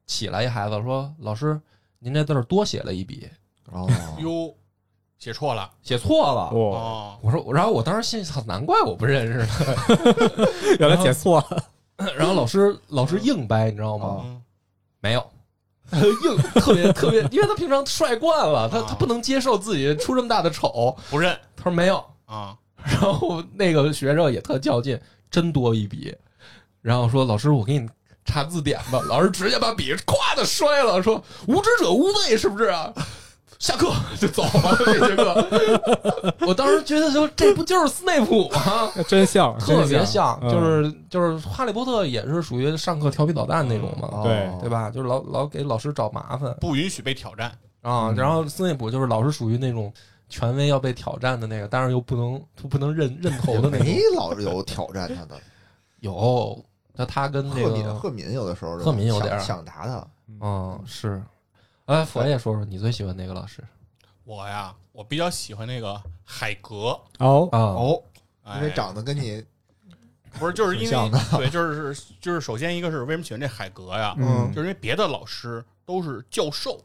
Speaker 1: 起来一孩子说：“老师，您这字儿多写了一笔，
Speaker 3: 嗯，哦，
Speaker 2: [LAUGHS] 哟，写错了
Speaker 1: 写错了。
Speaker 4: 哇，
Speaker 2: 哦，
Speaker 1: 我说，然后我当时心里操，难怪我不认识呢。
Speaker 4: 原
Speaker 1: 哦
Speaker 4: 来写错了，
Speaker 1: [LAUGHS] 然后老师老师硬掰，你知道吗？
Speaker 2: 嗯
Speaker 1: 没 [LAUGHS] 有，硬特别特别，因为他平常帅惯了，他
Speaker 2: 啊
Speaker 1: 他不能接受自己出这么大的丑。
Speaker 2: 不认
Speaker 1: 他说没有， [LAUGHS]
Speaker 2: 啊，
Speaker 1: 然后那个学生也特较劲，真多一笔，然后说老师，我给你查字典吧。老师直接把笔咵的摔了，说无知者无畏是不是啊？ [LAUGHS] 下课 [LAUGHS] 就走了，这节课。 [LAUGHS] 我当时觉得说这不就是斯内普 [LAUGHS] 吗？
Speaker 4: 真像，
Speaker 1: 特别
Speaker 4: [LAUGHS] 真
Speaker 1: 像，
Speaker 4: 嗯
Speaker 1: 就是就是哈利波特也是属于上课调皮捣蛋那种嘛，
Speaker 4: 对
Speaker 3: 哦
Speaker 1: 对？吧？就是老老给老师找麻烦
Speaker 2: 不允许被挑战，
Speaker 1: 啊。然后斯内普就是老是属于那种权威要被挑战的那个，但是又不能不能认认头
Speaker 3: 也
Speaker 1: 的那 [LAUGHS] 种
Speaker 3: 没。老有挑战他的，
Speaker 1: 有，那他跟那
Speaker 3: 赫敏
Speaker 1: 嗯个，
Speaker 3: 赫敏有的时候就
Speaker 1: 赫敏有点儿
Speaker 3: 想想打他，
Speaker 1: 嗯，是。哎，佛爷说说你最喜欢哪个老师
Speaker 2: 我呀，我比较喜欢那个海格，
Speaker 4: 哦，
Speaker 1: 啊？
Speaker 3: 哦，
Speaker 2: 哎
Speaker 3: 因为长得跟你
Speaker 2: 不是就是因
Speaker 3: 挺像
Speaker 2: 为 [LAUGHS] 对，就是就是首先一个是为什么喜欢这海格呀，
Speaker 4: 嗯
Speaker 2: 就是因为别的老师都是教授，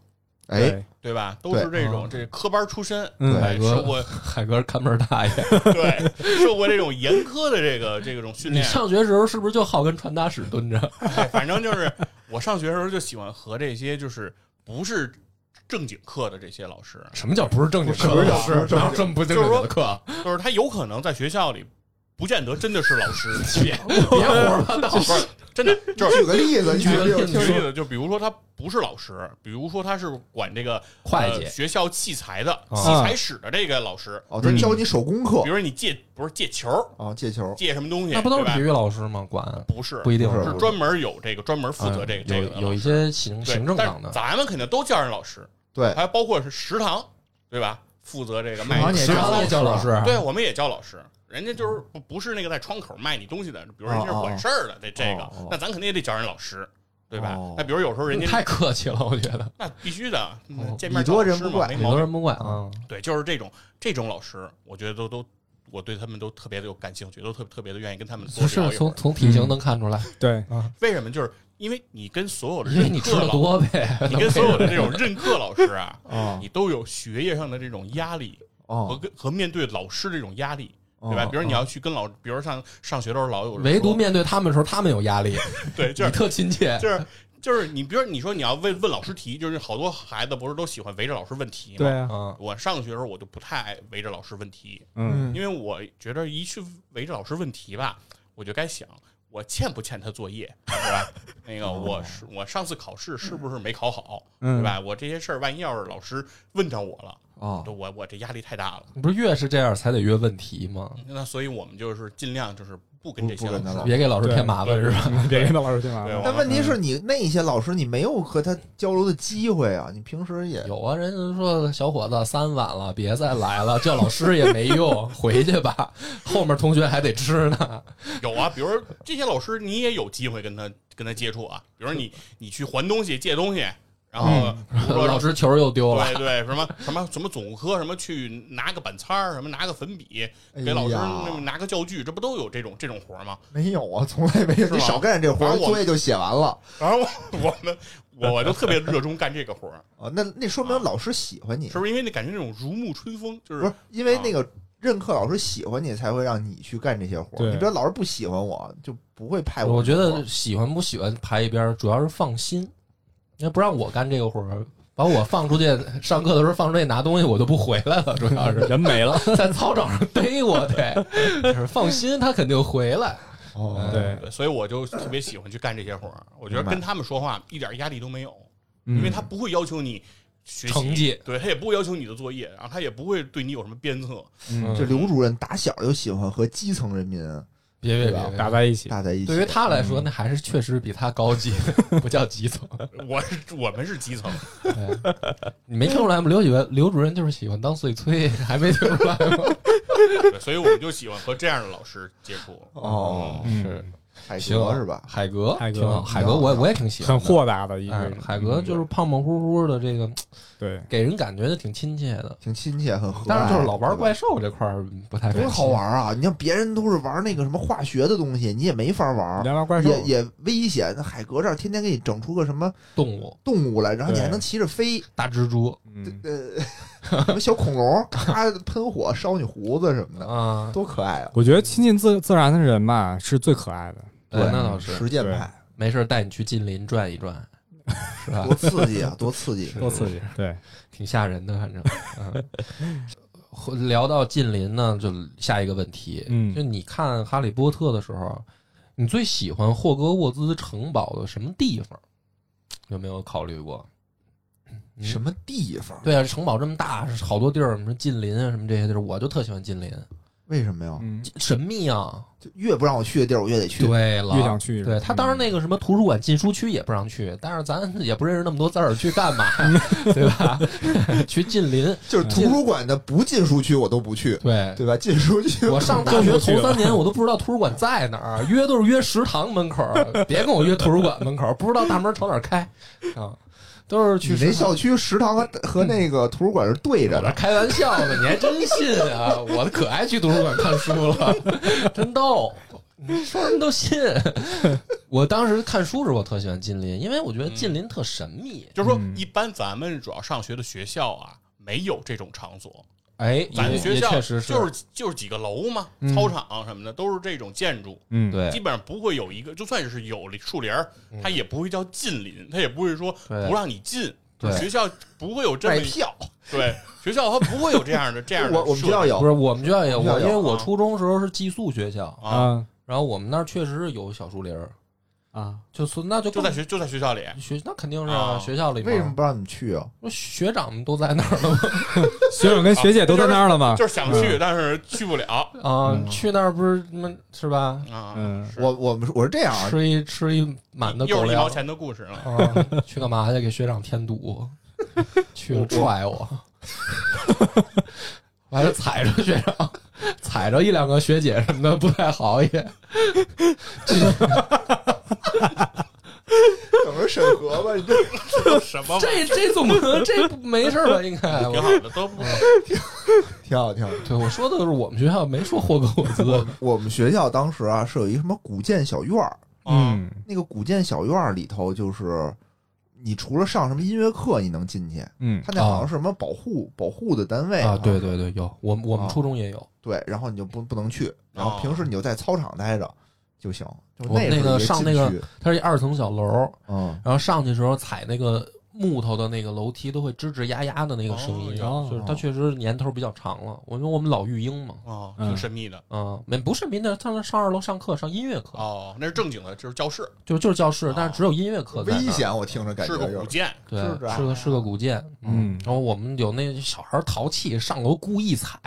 Speaker 3: 哎，
Speaker 4: 对，
Speaker 2: 对吧？都是
Speaker 1: 对
Speaker 2: 这
Speaker 3: 嗯
Speaker 2: 种这科班出身，
Speaker 4: 嗯
Speaker 2: 哎
Speaker 1: 海格
Speaker 2: 受过 [LAUGHS]
Speaker 1: 海格看门大爷，
Speaker 2: 对受过这种严苛的这个这种训
Speaker 1: 你
Speaker 2: 练，
Speaker 1: 上学时候是不是就好跟传达室蹲着？
Speaker 2: 哎反正就是我上学的时候就喜欢和这些就是不是正经课的这些老师，
Speaker 1: [LAUGHS] 什么叫不是正经
Speaker 2: 不
Speaker 1: 课
Speaker 2: 是
Speaker 1: 老
Speaker 2: 老师
Speaker 1: [LAUGHS] 师？哪有这么不正
Speaker 2: 就
Speaker 1: 经
Speaker 2: 是说呃
Speaker 1: 的课？啊
Speaker 2: 就是他有可能在学校里不见得真的是老师，别
Speaker 1: 别胡说八
Speaker 2: 不
Speaker 1: 道！
Speaker 2: 是 [LAUGHS] 真的就是。
Speaker 3: 举个例 [LAUGHS] 子，
Speaker 1: 举个
Speaker 3: 例
Speaker 1: 例
Speaker 3: 子
Speaker 1: 子
Speaker 2: [LAUGHS]
Speaker 3: 听
Speaker 2: 举个
Speaker 3: 听
Speaker 2: 例子，就比如说他不是老师，比如说他是管这个
Speaker 1: [LAUGHS] 会
Speaker 2: 呃、
Speaker 1: 计
Speaker 2: 学校器材的、
Speaker 1: 啊
Speaker 2: 器材室的这个老师，
Speaker 3: 哦，他教你手工课
Speaker 2: 比如说你借不是借球儿，
Speaker 3: 哦，借
Speaker 2: [LAUGHS]
Speaker 3: 球，
Speaker 2: 借什么东西，
Speaker 1: 那不都是
Speaker 2: 对吧
Speaker 1: 体育老师吗？管
Speaker 2: 不是，
Speaker 1: 不一定嗯
Speaker 3: 不是
Speaker 2: 是专门有这个专门负责这个、这个的
Speaker 1: 有有一
Speaker 2: 老
Speaker 1: 些
Speaker 2: 师
Speaker 1: 行
Speaker 2: 对
Speaker 1: 行政
Speaker 2: 但
Speaker 1: 岗的，
Speaker 2: 咱们肯定都叫人老师，
Speaker 3: 对，
Speaker 2: 还包括是食堂，对吧？负责这个卖
Speaker 3: 堂
Speaker 2: 你
Speaker 3: 也
Speaker 1: 食
Speaker 2: 食
Speaker 3: 叫
Speaker 1: 堂
Speaker 3: 老
Speaker 1: 也叫老师啊，
Speaker 2: 对，我们也叫老师，人家就是不不是那个在窗口卖你东西的，比如人家是管事儿的，这这个
Speaker 3: 哦哦，
Speaker 2: 那咱肯定也得叫人老师，对吧
Speaker 3: 哦？
Speaker 2: 那比如有时候人家
Speaker 1: 太客气了，我觉得
Speaker 2: 那必须的，那见
Speaker 3: 礼
Speaker 2: 面
Speaker 3: 哦多
Speaker 2: 叫老
Speaker 3: 人
Speaker 2: 师
Speaker 3: 不
Speaker 2: 嘛
Speaker 3: 怪
Speaker 2: 没
Speaker 1: 很
Speaker 2: 毛
Speaker 1: 多
Speaker 2: 病。
Speaker 1: 人不管啊。
Speaker 2: 对，就是这种这种老师，我觉得都都，我对他们都特别的有感兴趣，都特特别的愿意跟他们多
Speaker 1: 不是
Speaker 2: 聊一会
Speaker 1: 从
Speaker 2: 儿。
Speaker 1: 从体型能看出来，
Speaker 4: 对，啊
Speaker 2: 为什么？就是因为你跟所有的
Speaker 1: 因为
Speaker 2: 任
Speaker 1: 你吃
Speaker 2: 课
Speaker 1: 的
Speaker 2: 老，
Speaker 1: 多呗。
Speaker 2: 你跟所有的
Speaker 1: [LAUGHS]
Speaker 2: 这种任课老师啊，
Speaker 3: 哦
Speaker 2: 你都有学业上的这种压力和
Speaker 3: 哦，
Speaker 2: 跟和面对老师这种压力，对吧？
Speaker 3: 哦
Speaker 2: 比如你要去跟老，比如上上学的时候老有人
Speaker 1: 唯独
Speaker 2: 说
Speaker 1: 面对他们的时候，他们有压力， [LAUGHS]
Speaker 2: 对，就
Speaker 1: 你
Speaker 2: 是
Speaker 1: 特亲切。
Speaker 2: 就是。就是你，比如你说你要问问老师题，就是好多孩子不是都喜欢围着老师问题吗？
Speaker 4: 对啊，
Speaker 1: 嗯，
Speaker 2: 我上学的时候我就不太爱围着老师问题，
Speaker 4: 嗯，
Speaker 2: 因为我觉得一去围着老师问题吧，我就该想我欠不欠他作业，对吧？那
Speaker 3: 哦
Speaker 2: 个我是我上次考试是不是没考好，
Speaker 4: 嗯
Speaker 2: 对吧？我这些事儿万一要是老师问上我了，
Speaker 3: 哦，
Speaker 2: 我我这压力太大了。
Speaker 1: 你不是越是这样才得越问题吗？
Speaker 2: 那所以我们就是尽量就是不跟这些
Speaker 3: 不不跟他
Speaker 2: 老
Speaker 3: 老
Speaker 2: 师，
Speaker 1: 别给老师添麻烦是吧？
Speaker 4: 别跟老师听完
Speaker 2: 对，
Speaker 4: 了，
Speaker 2: 我
Speaker 3: 但
Speaker 2: 们
Speaker 3: 问题是你那些老师，你没有和他交流的机会啊，你平时也
Speaker 1: 有啊，人家说小伙子三晚了，别再来了，叫老师也没 [LAUGHS] 用，回去吧，后面同学还得吃呢。
Speaker 2: 有啊，比如说这些老师你也有机会跟他跟他接触啊，比如说你你去还东西借东西，然后
Speaker 3: 嗯
Speaker 2: 比如
Speaker 3: [LAUGHS]
Speaker 2: 说
Speaker 1: 老师球又丢了，
Speaker 2: 对对，什么什么什么总科，什么去拿个板擦儿，什么拿个粉笔，给老师
Speaker 3: 哎呀
Speaker 2: 那么拿个教具，这不都有这种这种活儿吗？
Speaker 3: 没有啊，从来没有，
Speaker 2: 是
Speaker 3: 你
Speaker 2: 吗
Speaker 3: 少干这活
Speaker 2: 反
Speaker 3: 儿，
Speaker 2: 正我
Speaker 3: 作业就写完了
Speaker 2: 然后我 [LAUGHS] 我们我我就特别热衷干这个活儿，
Speaker 3: 啊，那那说明老师喜欢你
Speaker 2: 是，不是？因为那感觉那种如沐春风，就
Speaker 3: 不
Speaker 2: 是
Speaker 3: 是因为那个任课老师喜欢你，才会让你去干这些活儿。
Speaker 4: 对
Speaker 3: 你比如老师不喜欢我，就不会派
Speaker 1: 我觉
Speaker 3: 这种活
Speaker 1: 得喜欢不喜欢排一边儿，主要是放心。要不让我干这个活儿，把我放出去上课的时候放出去拿东西，我就不回来了。主要是
Speaker 4: 人没了，
Speaker 1: [LAUGHS] 在操场上逮我得，就是放心，他肯定回来。
Speaker 3: 儿哦
Speaker 4: 对，
Speaker 2: 对所以我就特别喜欢去干这些活儿。我觉得
Speaker 3: 明白
Speaker 2: 跟他们说话一点压力都没有，
Speaker 4: 嗯
Speaker 2: 因为他不会要求你学习
Speaker 1: 成绩，
Speaker 2: 对他也不会要求你的作业，然后他也不会对你有什么鞭策。
Speaker 1: 嗯
Speaker 3: 这刘主任打小就喜欢和基层人民
Speaker 1: 别别
Speaker 3: 对吧
Speaker 1: 别别，
Speaker 4: 打在一起，
Speaker 3: 搭在一起。
Speaker 1: 对于他来说，
Speaker 4: 嗯
Speaker 1: 那还是确实比他高级，不叫基层。
Speaker 2: 我是我们是基 [LAUGHS] 层，
Speaker 1: 对你没听出来吗？刘主任，刘主任就是喜欢当碎催，还没听出来吗？
Speaker 2: 对所以我们就喜欢和这样的老师接触。
Speaker 3: [LAUGHS] 哦，
Speaker 4: 嗯
Speaker 1: 是
Speaker 3: 海
Speaker 1: 行
Speaker 3: 格是吧？
Speaker 1: 海格，
Speaker 4: 海格嗯
Speaker 1: 挺好海格我也我也挺喜欢
Speaker 4: 很
Speaker 1: 的，
Speaker 4: 豁达的一个
Speaker 1: 哎
Speaker 4: 人，，嗯
Speaker 1: 海格就是胖胖乎乎的，这个
Speaker 4: 对，
Speaker 1: 给人感觉就挺亲切的。
Speaker 3: 挺亲切，很和蔼。
Speaker 1: 但是就是老玩怪
Speaker 3: 对吧，
Speaker 1: 兽这块儿不太
Speaker 3: 多好玩啊！你像别人都是玩那个什么化学的东西，你也没法玩，
Speaker 4: 聊聊怪兽，
Speaker 3: 也也危险。那海格这儿天天给你整出个什么
Speaker 1: 动物，
Speaker 3: 动物来，然后你还
Speaker 4: 对
Speaker 3: 能骑着飞，
Speaker 1: 大蜘蛛
Speaker 4: 嗯，
Speaker 3: 呃，什么小恐龙， [LAUGHS] 咔喷火烧你胡子什么的，
Speaker 1: 啊，
Speaker 3: 多可爱啊！
Speaker 4: 我觉得亲近自自然的人吧是最可爱的，
Speaker 1: 对，那倒是，
Speaker 3: 实践派，
Speaker 1: 没事儿带你去近邻转一转，是吧
Speaker 3: 多？刺激啊，多刺激！
Speaker 4: 多刺激，对，
Speaker 1: 挺吓人的，反正。嗯，聊到近邻呢，就下一个问题，
Speaker 4: 嗯
Speaker 1: 就你看《哈利波特》的时候，你最喜欢霍格沃兹城堡的什么地方？有没有考虑过？嗯
Speaker 3: 什么地方？
Speaker 1: 对啊，城堡这么大，好多地儿，什么近邻啊，什么这些地儿，我就特喜欢近邻，
Speaker 3: 为什么呀？
Speaker 4: 嗯，
Speaker 1: 神秘啊。
Speaker 3: 就越不让我去的地儿，我越得去。
Speaker 1: 对了，
Speaker 4: 越想去，
Speaker 1: 对他当然那个什么图书馆禁书区也不让去，但是咱 [LAUGHS] 也不认识那么多字儿，去干嘛？对吧？ [LAUGHS] 去近邻，
Speaker 3: 就是图书馆的不进书区我都不去，
Speaker 1: 对。
Speaker 3: 对吧？进书区
Speaker 1: 我
Speaker 3: [LAUGHS]
Speaker 1: 上大学头三年，我都不知道图书馆在哪儿，约都是约食堂门口儿，别跟我约图书馆门口儿，不知道大门朝哪儿开啊，都是去
Speaker 3: 你那
Speaker 1: 食堂
Speaker 3: 校区食堂和和那个图书馆是对着
Speaker 1: 我这
Speaker 3: 的，
Speaker 1: 开玩笑呢，你还真信啊？我可爱去图书馆看书了，真逗，你说什么都信。 [LAUGHS] 我当时看书时，候，我特喜欢近邻，因为我觉得近邻特神秘。
Speaker 2: 就是说，
Speaker 4: 嗯
Speaker 2: 一般咱们主要上学的学校啊，没有这种场所。
Speaker 1: 哎，
Speaker 2: 咱
Speaker 1: 也
Speaker 2: 们学
Speaker 1: 也
Speaker 2: 校
Speaker 1: 确实
Speaker 2: 就是就是几个楼嘛，
Speaker 1: 嗯
Speaker 2: 操场什么的都是这种建筑，
Speaker 4: 嗯，
Speaker 2: 基
Speaker 1: 对
Speaker 2: 本上不会有一个，就算是有树林儿，它也不会叫近邻，它也不会说
Speaker 1: 对
Speaker 2: 不让你进。
Speaker 1: 对
Speaker 2: 学校不会有这么
Speaker 3: 卖票。
Speaker 2: 对学校，它不会有这样的这样的设
Speaker 3: 我
Speaker 2: 计。
Speaker 3: 我们学校有
Speaker 1: 不，是我们学校也
Speaker 3: 我们学
Speaker 1: 我，
Speaker 3: 校有
Speaker 1: 因为我
Speaker 2: 啊
Speaker 1: 初中时候是寄宿学校，
Speaker 2: 啊，
Speaker 4: 啊
Speaker 1: 然后我们那儿确实是有小树林儿，
Speaker 4: 啊，
Speaker 1: 就是那就
Speaker 2: 就
Speaker 1: 更
Speaker 2: 在学就在学校里，
Speaker 1: 学那肯定是啊
Speaker 2: 啊
Speaker 1: 学校里嘛
Speaker 3: 为什么不让你去啊？
Speaker 1: 学长们都在那儿了吗
Speaker 4: 学长跟学姐都在那儿了嘛，
Speaker 2: 啊就是想去，但是去不了
Speaker 1: 啊？
Speaker 4: 嗯
Speaker 1: 去那儿不是那是吧？
Speaker 2: 啊。
Speaker 4: 嗯
Speaker 2: 是
Speaker 3: 我我们我是这样啊，
Speaker 1: 吃一吃一满的狗
Speaker 2: 又是一毛
Speaker 1: 粮，
Speaker 2: 钱的故事
Speaker 1: [LAUGHS]
Speaker 2: 了。
Speaker 1: 啊，去干嘛去？给学长添堵，去了踹我， [LAUGHS] 我还是踩着学长，踩着一两个学姐什么的不太好也。
Speaker 3: 等着审核吧。你这 [LAUGHS]
Speaker 2: 什么玩意
Speaker 1: 这这总不能这没事吧？应该
Speaker 2: 儿挺好的，都不
Speaker 3: 挺好，挺好。
Speaker 1: 对我说的是我们学校没说霍格沃兹，
Speaker 3: 我们学校当时啊是有一什么古建小院儿，
Speaker 2: 嗯，
Speaker 3: 那个古建小院儿里头就是，你除了上什么音乐课你能进去，
Speaker 4: 嗯
Speaker 3: 他那好像是什么保护保护的单位
Speaker 1: 啊， [LAUGHS] 对对对，有我们我们
Speaker 3: 啊
Speaker 1: 初中也有，
Speaker 3: 对，然后你就不不能去，然后平时你就在操场待着就行。就
Speaker 1: 我们那个
Speaker 3: 是一
Speaker 1: 上那个
Speaker 3: 禁区，
Speaker 1: 它是一二层小楼，
Speaker 3: 嗯，
Speaker 1: 然后上去的时候踩那个木头的那个楼梯都会吱吱呀呀的那个声音，
Speaker 4: 哦
Speaker 1: 就是它确实年头比较长了。我因为我们老育英嘛，
Speaker 2: 哦，
Speaker 4: 嗯
Speaker 2: 挺神秘的
Speaker 1: 嗯，没不是民的，他们上二楼上课上音乐课，
Speaker 2: 哦，那是正经的，就是教室，
Speaker 1: 就就是教室
Speaker 2: 哦，
Speaker 1: 但是只有音乐课在那儿
Speaker 3: 危，险，我听着感觉
Speaker 2: 是个古
Speaker 3: 有。
Speaker 2: 建，
Speaker 1: 对
Speaker 3: 是，吧
Speaker 1: 是个是个古建，
Speaker 4: 嗯
Speaker 1: 然后我们有那小孩淘气上楼故意踩，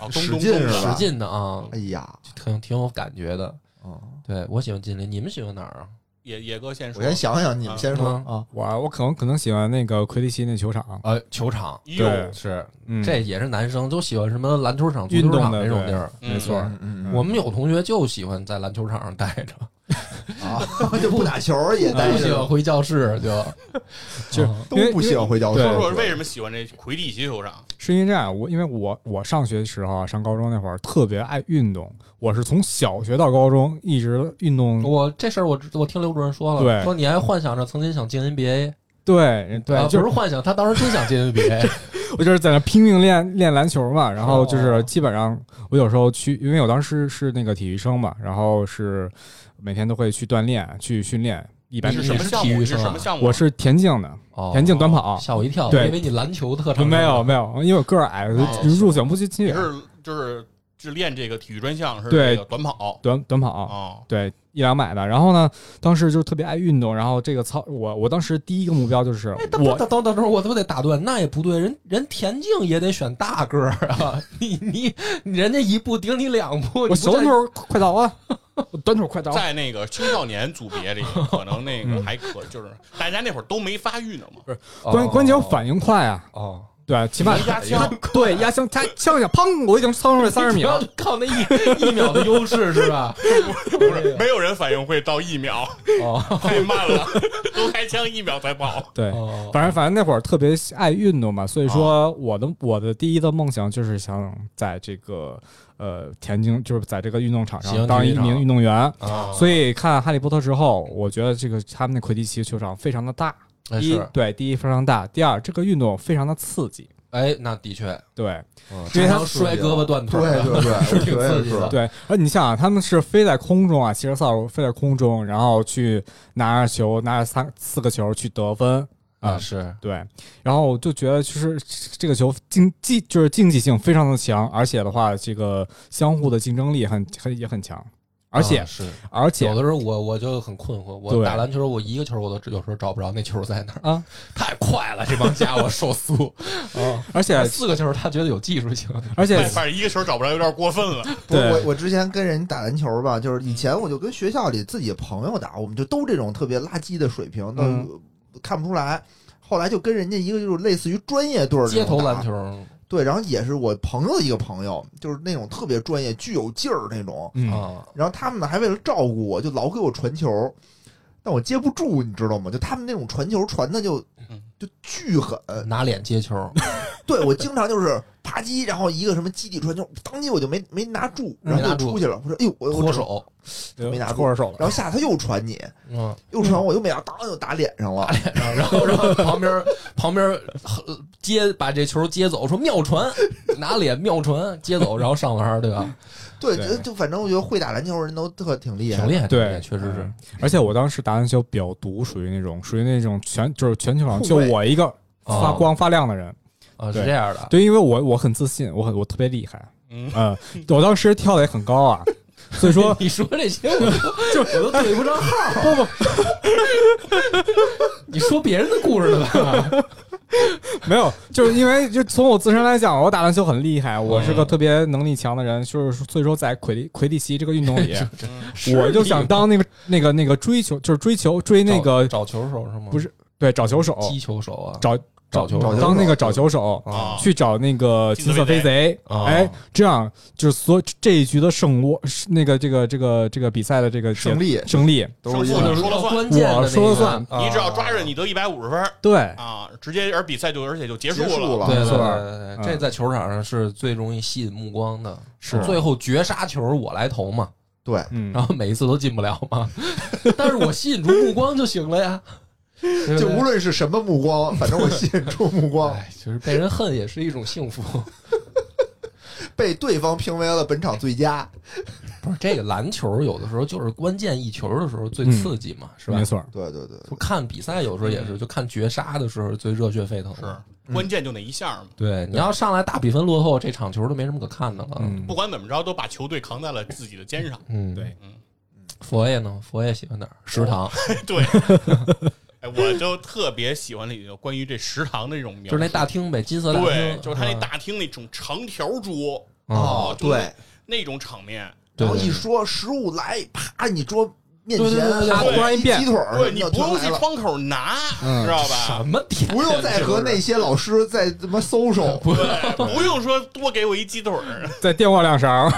Speaker 2: 哦，咚
Speaker 3: 使
Speaker 2: 咚
Speaker 3: 劲
Speaker 2: 咚
Speaker 3: 是
Speaker 2: 的
Speaker 1: 使
Speaker 3: 吧
Speaker 1: 劲的啊，
Speaker 3: 哎呀，
Speaker 1: 挺挺有感觉的。
Speaker 3: 嗯，
Speaker 1: 对我喜欢近邻，你们喜欢哪儿啊？
Speaker 2: 野野哥先
Speaker 3: 我
Speaker 2: 说，
Speaker 3: 先想想，你们先说
Speaker 1: 嗯
Speaker 3: 啊。
Speaker 4: 我我可能可能喜欢那个魁地奇那球场，
Speaker 1: 呃，球场
Speaker 2: 哟，
Speaker 1: 是，
Speaker 4: 嗯，
Speaker 1: 这也是男生都喜欢什么篮球场、足
Speaker 4: 运
Speaker 1: 球
Speaker 4: 动
Speaker 1: 场
Speaker 4: 的
Speaker 1: 这种
Speaker 4: 对
Speaker 1: 地儿。
Speaker 2: 没
Speaker 4: 错
Speaker 3: 嗯嗯
Speaker 1: 我们有同学就喜欢在篮球场上待着，
Speaker 4: [LAUGHS]
Speaker 3: 嗯啊， [LAUGHS] 就不打球儿也待
Speaker 1: 嗯不喜
Speaker 3: 着
Speaker 1: 欢，回教室就
Speaker 4: [LAUGHS] 就
Speaker 1: 啊
Speaker 3: 都不喜欢回教室。
Speaker 4: 对
Speaker 2: 说说为什么喜欢这魁地奇球场？
Speaker 4: 是因为这样，我因为我我上学的时候啊，上高中那会儿特别爱运动，我是从小学到高中一直运
Speaker 2: 哦
Speaker 4: 动，
Speaker 1: 我这事儿我知我听刘主任说了，
Speaker 4: 嗯对
Speaker 1: 说你还幻想着曾经想进 NBA，
Speaker 4: 对对
Speaker 1: 啊，
Speaker 4: 就
Speaker 1: 不
Speaker 4: 是
Speaker 1: 是幻想，他当时真想进
Speaker 4: [LAUGHS]
Speaker 1: NBA，
Speaker 4: 我就是在那拼命练练篮球嘛，然后就
Speaker 1: 哦
Speaker 4: 是基本上我有时候去，因为我当时是那个体育生嘛，然后是每天都会去锻炼去训练，一般
Speaker 2: 你是
Speaker 1: 你
Speaker 2: 什么啊
Speaker 1: 是
Speaker 2: 项
Speaker 1: 体
Speaker 2: 目？
Speaker 1: 育
Speaker 2: 你是
Speaker 1: 生
Speaker 2: 什
Speaker 1: 啊
Speaker 2: 么项目？
Speaker 4: 我是田径的，
Speaker 1: 哦
Speaker 4: 田径短跑，
Speaker 1: 吓我一跳，
Speaker 4: 对
Speaker 1: 我以为你篮球特长，
Speaker 4: 没有，没有，因为我个儿矮，
Speaker 2: 啊哦
Speaker 4: 就入选不进去
Speaker 2: 你，是就是只练这个体育专项是
Speaker 4: 对
Speaker 2: 这个短跑
Speaker 4: 短短跑，
Speaker 2: 啊，
Speaker 4: 对，一两百的。然后呢，当时就是特别爱运动，然后这个操，我我当时第一个目标就是
Speaker 1: 哎，等等
Speaker 4: 我
Speaker 1: 等等等会儿，我都得打断，那也不对，人人田径也得选大个儿啊， [LAUGHS] 你你你人家一步顶你两步，你
Speaker 4: 我
Speaker 1: 不
Speaker 4: 小
Speaker 1: 占
Speaker 4: 腿儿快倒啊，我短腿儿快倒。
Speaker 2: 在那个青少年组别里，可能那个还可就是大家那会儿都没发育呢嘛，
Speaker 4: 关关节反应快啊，
Speaker 1: 哦，
Speaker 4: 对，起码
Speaker 2: 没压枪，
Speaker 4: 对压枪，他枪一下，砰，我已经窜出来三十米
Speaker 1: 主要 [LAUGHS]
Speaker 4: 了
Speaker 1: 就。靠那一一秒的优势是 [LAUGHS] 吧？
Speaker 2: 不是没有人反应会到一秒，
Speaker 1: 哦
Speaker 2: [LAUGHS] 太慢了，都开枪一秒才跑。
Speaker 4: 对，
Speaker 1: 哦，
Speaker 4: 反正反正那会儿特别爱运动嘛，所以说我的我的第一的梦想就是想在这个呃田径，就是在这个运动场
Speaker 1: 喜欢
Speaker 4: 上当
Speaker 1: 体育
Speaker 4: 一
Speaker 1: 场
Speaker 4: 名运动员。
Speaker 1: 啊，
Speaker 4: 所以看《哈利波特》之后，我觉得这个他们那魁地奇球场非常的大，
Speaker 1: 哎
Speaker 4: 一
Speaker 1: 是
Speaker 4: 对，第一非常大，第二这个运动非常的刺激，
Speaker 1: 哎，那的确，
Speaker 4: 对因
Speaker 1: 经
Speaker 4: 为他
Speaker 1: 常摔胳膊断腿儿
Speaker 3: 对
Speaker 1: 的，
Speaker 3: 对对，
Speaker 1: 是挺
Speaker 3: 我觉得
Speaker 1: 刺激
Speaker 3: 是
Speaker 1: 的
Speaker 4: 对，而你想啊，他们是飞在空中啊，骑着扫帚飞在空中，然后去拿着球，拿着三四个球去得分啊
Speaker 1: 啊，是
Speaker 4: 对，然后我就觉得就是这个球竞技就是竞技性非常的强，而且的话，这个相互的竞争力很很也很强，而且、
Speaker 1: 啊是
Speaker 4: 而且
Speaker 1: 有的时候我我就很困惑，我
Speaker 4: 对
Speaker 1: 打篮球我一个球我都有时候找不着那球在哪儿，
Speaker 4: 啊，
Speaker 1: 太快了，这帮家伙手 [LAUGHS] 速，
Speaker 3: 啊
Speaker 1: 哦，
Speaker 4: 而且
Speaker 1: 四个球他觉得有技术性，
Speaker 4: 而且
Speaker 2: 反正一个球找不着，有点过分了。
Speaker 3: 不是
Speaker 4: 对
Speaker 3: 我我之前跟人打篮球吧，就是以前我就跟学校里自己朋友打，我们就都这种特别垃圾的水平，那、
Speaker 4: 嗯
Speaker 3: 看不出来。后来就跟人家一个就是类似于专业队儿这
Speaker 1: 街头
Speaker 3: 种打
Speaker 1: 篮球，
Speaker 3: 对，然后也是我朋友的一个朋友，就是那种特别专业、具有劲儿那种。
Speaker 4: 嗯、
Speaker 1: 啊，
Speaker 3: 然后他们呢还为了照顾我，就老给我传球，但我接不住，你知道吗？就他们那种传球传的就
Speaker 2: 嗯
Speaker 3: 就巨狠，
Speaker 1: 拿脸接球，
Speaker 3: 对我经常就是啪叽，然后一个什么基地传球，当即我就没没拿住，
Speaker 4: 嗯
Speaker 3: 然后
Speaker 1: 没
Speaker 3: 就
Speaker 1: 拿住
Speaker 3: 出去了。我说哎呦，我我
Speaker 1: 脱，手，
Speaker 3: 没拿住
Speaker 4: 错着手了，
Speaker 3: 然后下次他又传你，
Speaker 1: 嗯，
Speaker 3: 又传我又没拿，当就打脸上了。
Speaker 1: 然后然后旁边旁边呃接把这球接走，说妙传，拿脸妙传接走，然后上篮，对吧？
Speaker 3: 对，
Speaker 4: 对
Speaker 3: 就就反正我觉得会打篮球的人都特挺厉害
Speaker 1: 挺。厉害，挺厉
Speaker 4: 对
Speaker 1: 害，确实是
Speaker 4: 嗯。而且我当时打篮球比较毒，属于那种属于那种全就是全球场
Speaker 3: 后
Speaker 4: 就
Speaker 3: 卫
Speaker 4: 我一个发
Speaker 1: 哦
Speaker 4: 光发亮的人，
Speaker 1: 啊，是
Speaker 4: 对
Speaker 1: 这样的，
Speaker 4: 对，因为我我很自信，我很我特别厉害，
Speaker 2: 嗯，
Speaker 4: [LAUGHS] 嗯，我当时跳的也很高啊，所以
Speaker 1: [LAUGHS]
Speaker 4: 说
Speaker 1: 你说这些我
Speaker 4: [LAUGHS]
Speaker 1: 都就我都对不上号，
Speaker 4: 不不
Speaker 1: [LAUGHS] 你说别人的故事了吧？
Speaker 4: 没有，就是因为就从我自身来讲，我打篮球很厉害，我是个特别能力强的人，就是说所以说在魁地魁地奇这个运动里，我就想当那个那个那个追求，就是追求追 [LAUGHS] 那个
Speaker 1: 找球手是吗？
Speaker 4: 不是对找球手，
Speaker 1: 击球手啊，
Speaker 4: 找
Speaker 1: 找球哦
Speaker 3: 手
Speaker 4: 当那个找球手，
Speaker 2: 啊
Speaker 4: 去找那个
Speaker 2: 金
Speaker 4: 金
Speaker 2: 色
Speaker 4: 色
Speaker 2: 飞
Speaker 4: 飞贼，
Speaker 1: 啊
Speaker 4: 哎，这样就是所这一局的胜落，是那个这个这个这个比赛的这个
Speaker 3: 胜利
Speaker 4: 胜利，
Speaker 3: 都是
Speaker 2: 上
Speaker 3: 因
Speaker 2: 次
Speaker 3: 为
Speaker 2: 就说了算
Speaker 1: 关键的那个
Speaker 4: 我说了算
Speaker 1: 啊
Speaker 2: 你只要抓着你得一百五十分
Speaker 4: 对
Speaker 2: 啊，直接而比赛就而且就结束
Speaker 3: 结束
Speaker 1: 对对
Speaker 4: 没
Speaker 1: 对对
Speaker 4: 错
Speaker 1: 对，
Speaker 4: 嗯
Speaker 1: 这在球场上是最容易吸引目光的。
Speaker 4: 是
Speaker 1: 最后绝杀球我来投嘛，
Speaker 3: 对，
Speaker 4: 嗯
Speaker 1: 然后每一次都进不了嘛， [LAUGHS] 但是我吸引住目光就行了呀。对不
Speaker 3: 就
Speaker 1: 对
Speaker 3: 无论是什么目光，反正我吸引住目光，
Speaker 1: 哎，就是被人恨也是一种幸福。
Speaker 3: 被对方评为了本场最佳。
Speaker 1: 不是这个篮球有的时候就是关键一球的时候最刺激嘛，是吧
Speaker 4: 没？错，
Speaker 3: 对对对，
Speaker 1: 就看比赛有时候也是，就看绝杀的时候最热血沸腾。
Speaker 2: 是关键就那一下嘛。
Speaker 1: 对，你要上来大比分落后，这场球都没什么可看的了。
Speaker 4: 嗯
Speaker 2: 不，管怎么着，都把球队扛在了自己的肩上。
Speaker 1: 嗯，
Speaker 4: 对，
Speaker 1: 佛爷呢？佛爷喜欢哪儿？食堂，
Speaker 2: 对， [LAUGHS] 哎，我就特别喜欢里头关于这食堂的这种
Speaker 1: 就
Speaker 2: 描述，
Speaker 1: 是那大厅呗，金色大厅，
Speaker 2: 对，就是他那
Speaker 1: 啊
Speaker 2: 大厅那种长条桌
Speaker 1: 哦
Speaker 2: 啊，就是
Speaker 3: 对，
Speaker 2: 那种场面，
Speaker 1: 对
Speaker 3: 然后一说食物来，啪，你桌面
Speaker 1: 对对对
Speaker 3: 前
Speaker 1: 对
Speaker 3: 啪
Speaker 2: 对
Speaker 3: 突然一
Speaker 4: 对
Speaker 3: 鸡腿儿，
Speaker 2: 对你
Speaker 3: 就
Speaker 2: 不用
Speaker 3: 来
Speaker 2: 去
Speaker 3: 了
Speaker 2: 窗口拿，
Speaker 4: 嗯
Speaker 2: 知道吧
Speaker 1: 什？么点？
Speaker 3: 不用再和那些老师再他妈搜手，
Speaker 2: 对，不用说多给我一鸡腿儿。 [LAUGHS]
Speaker 4: 再电话两勺，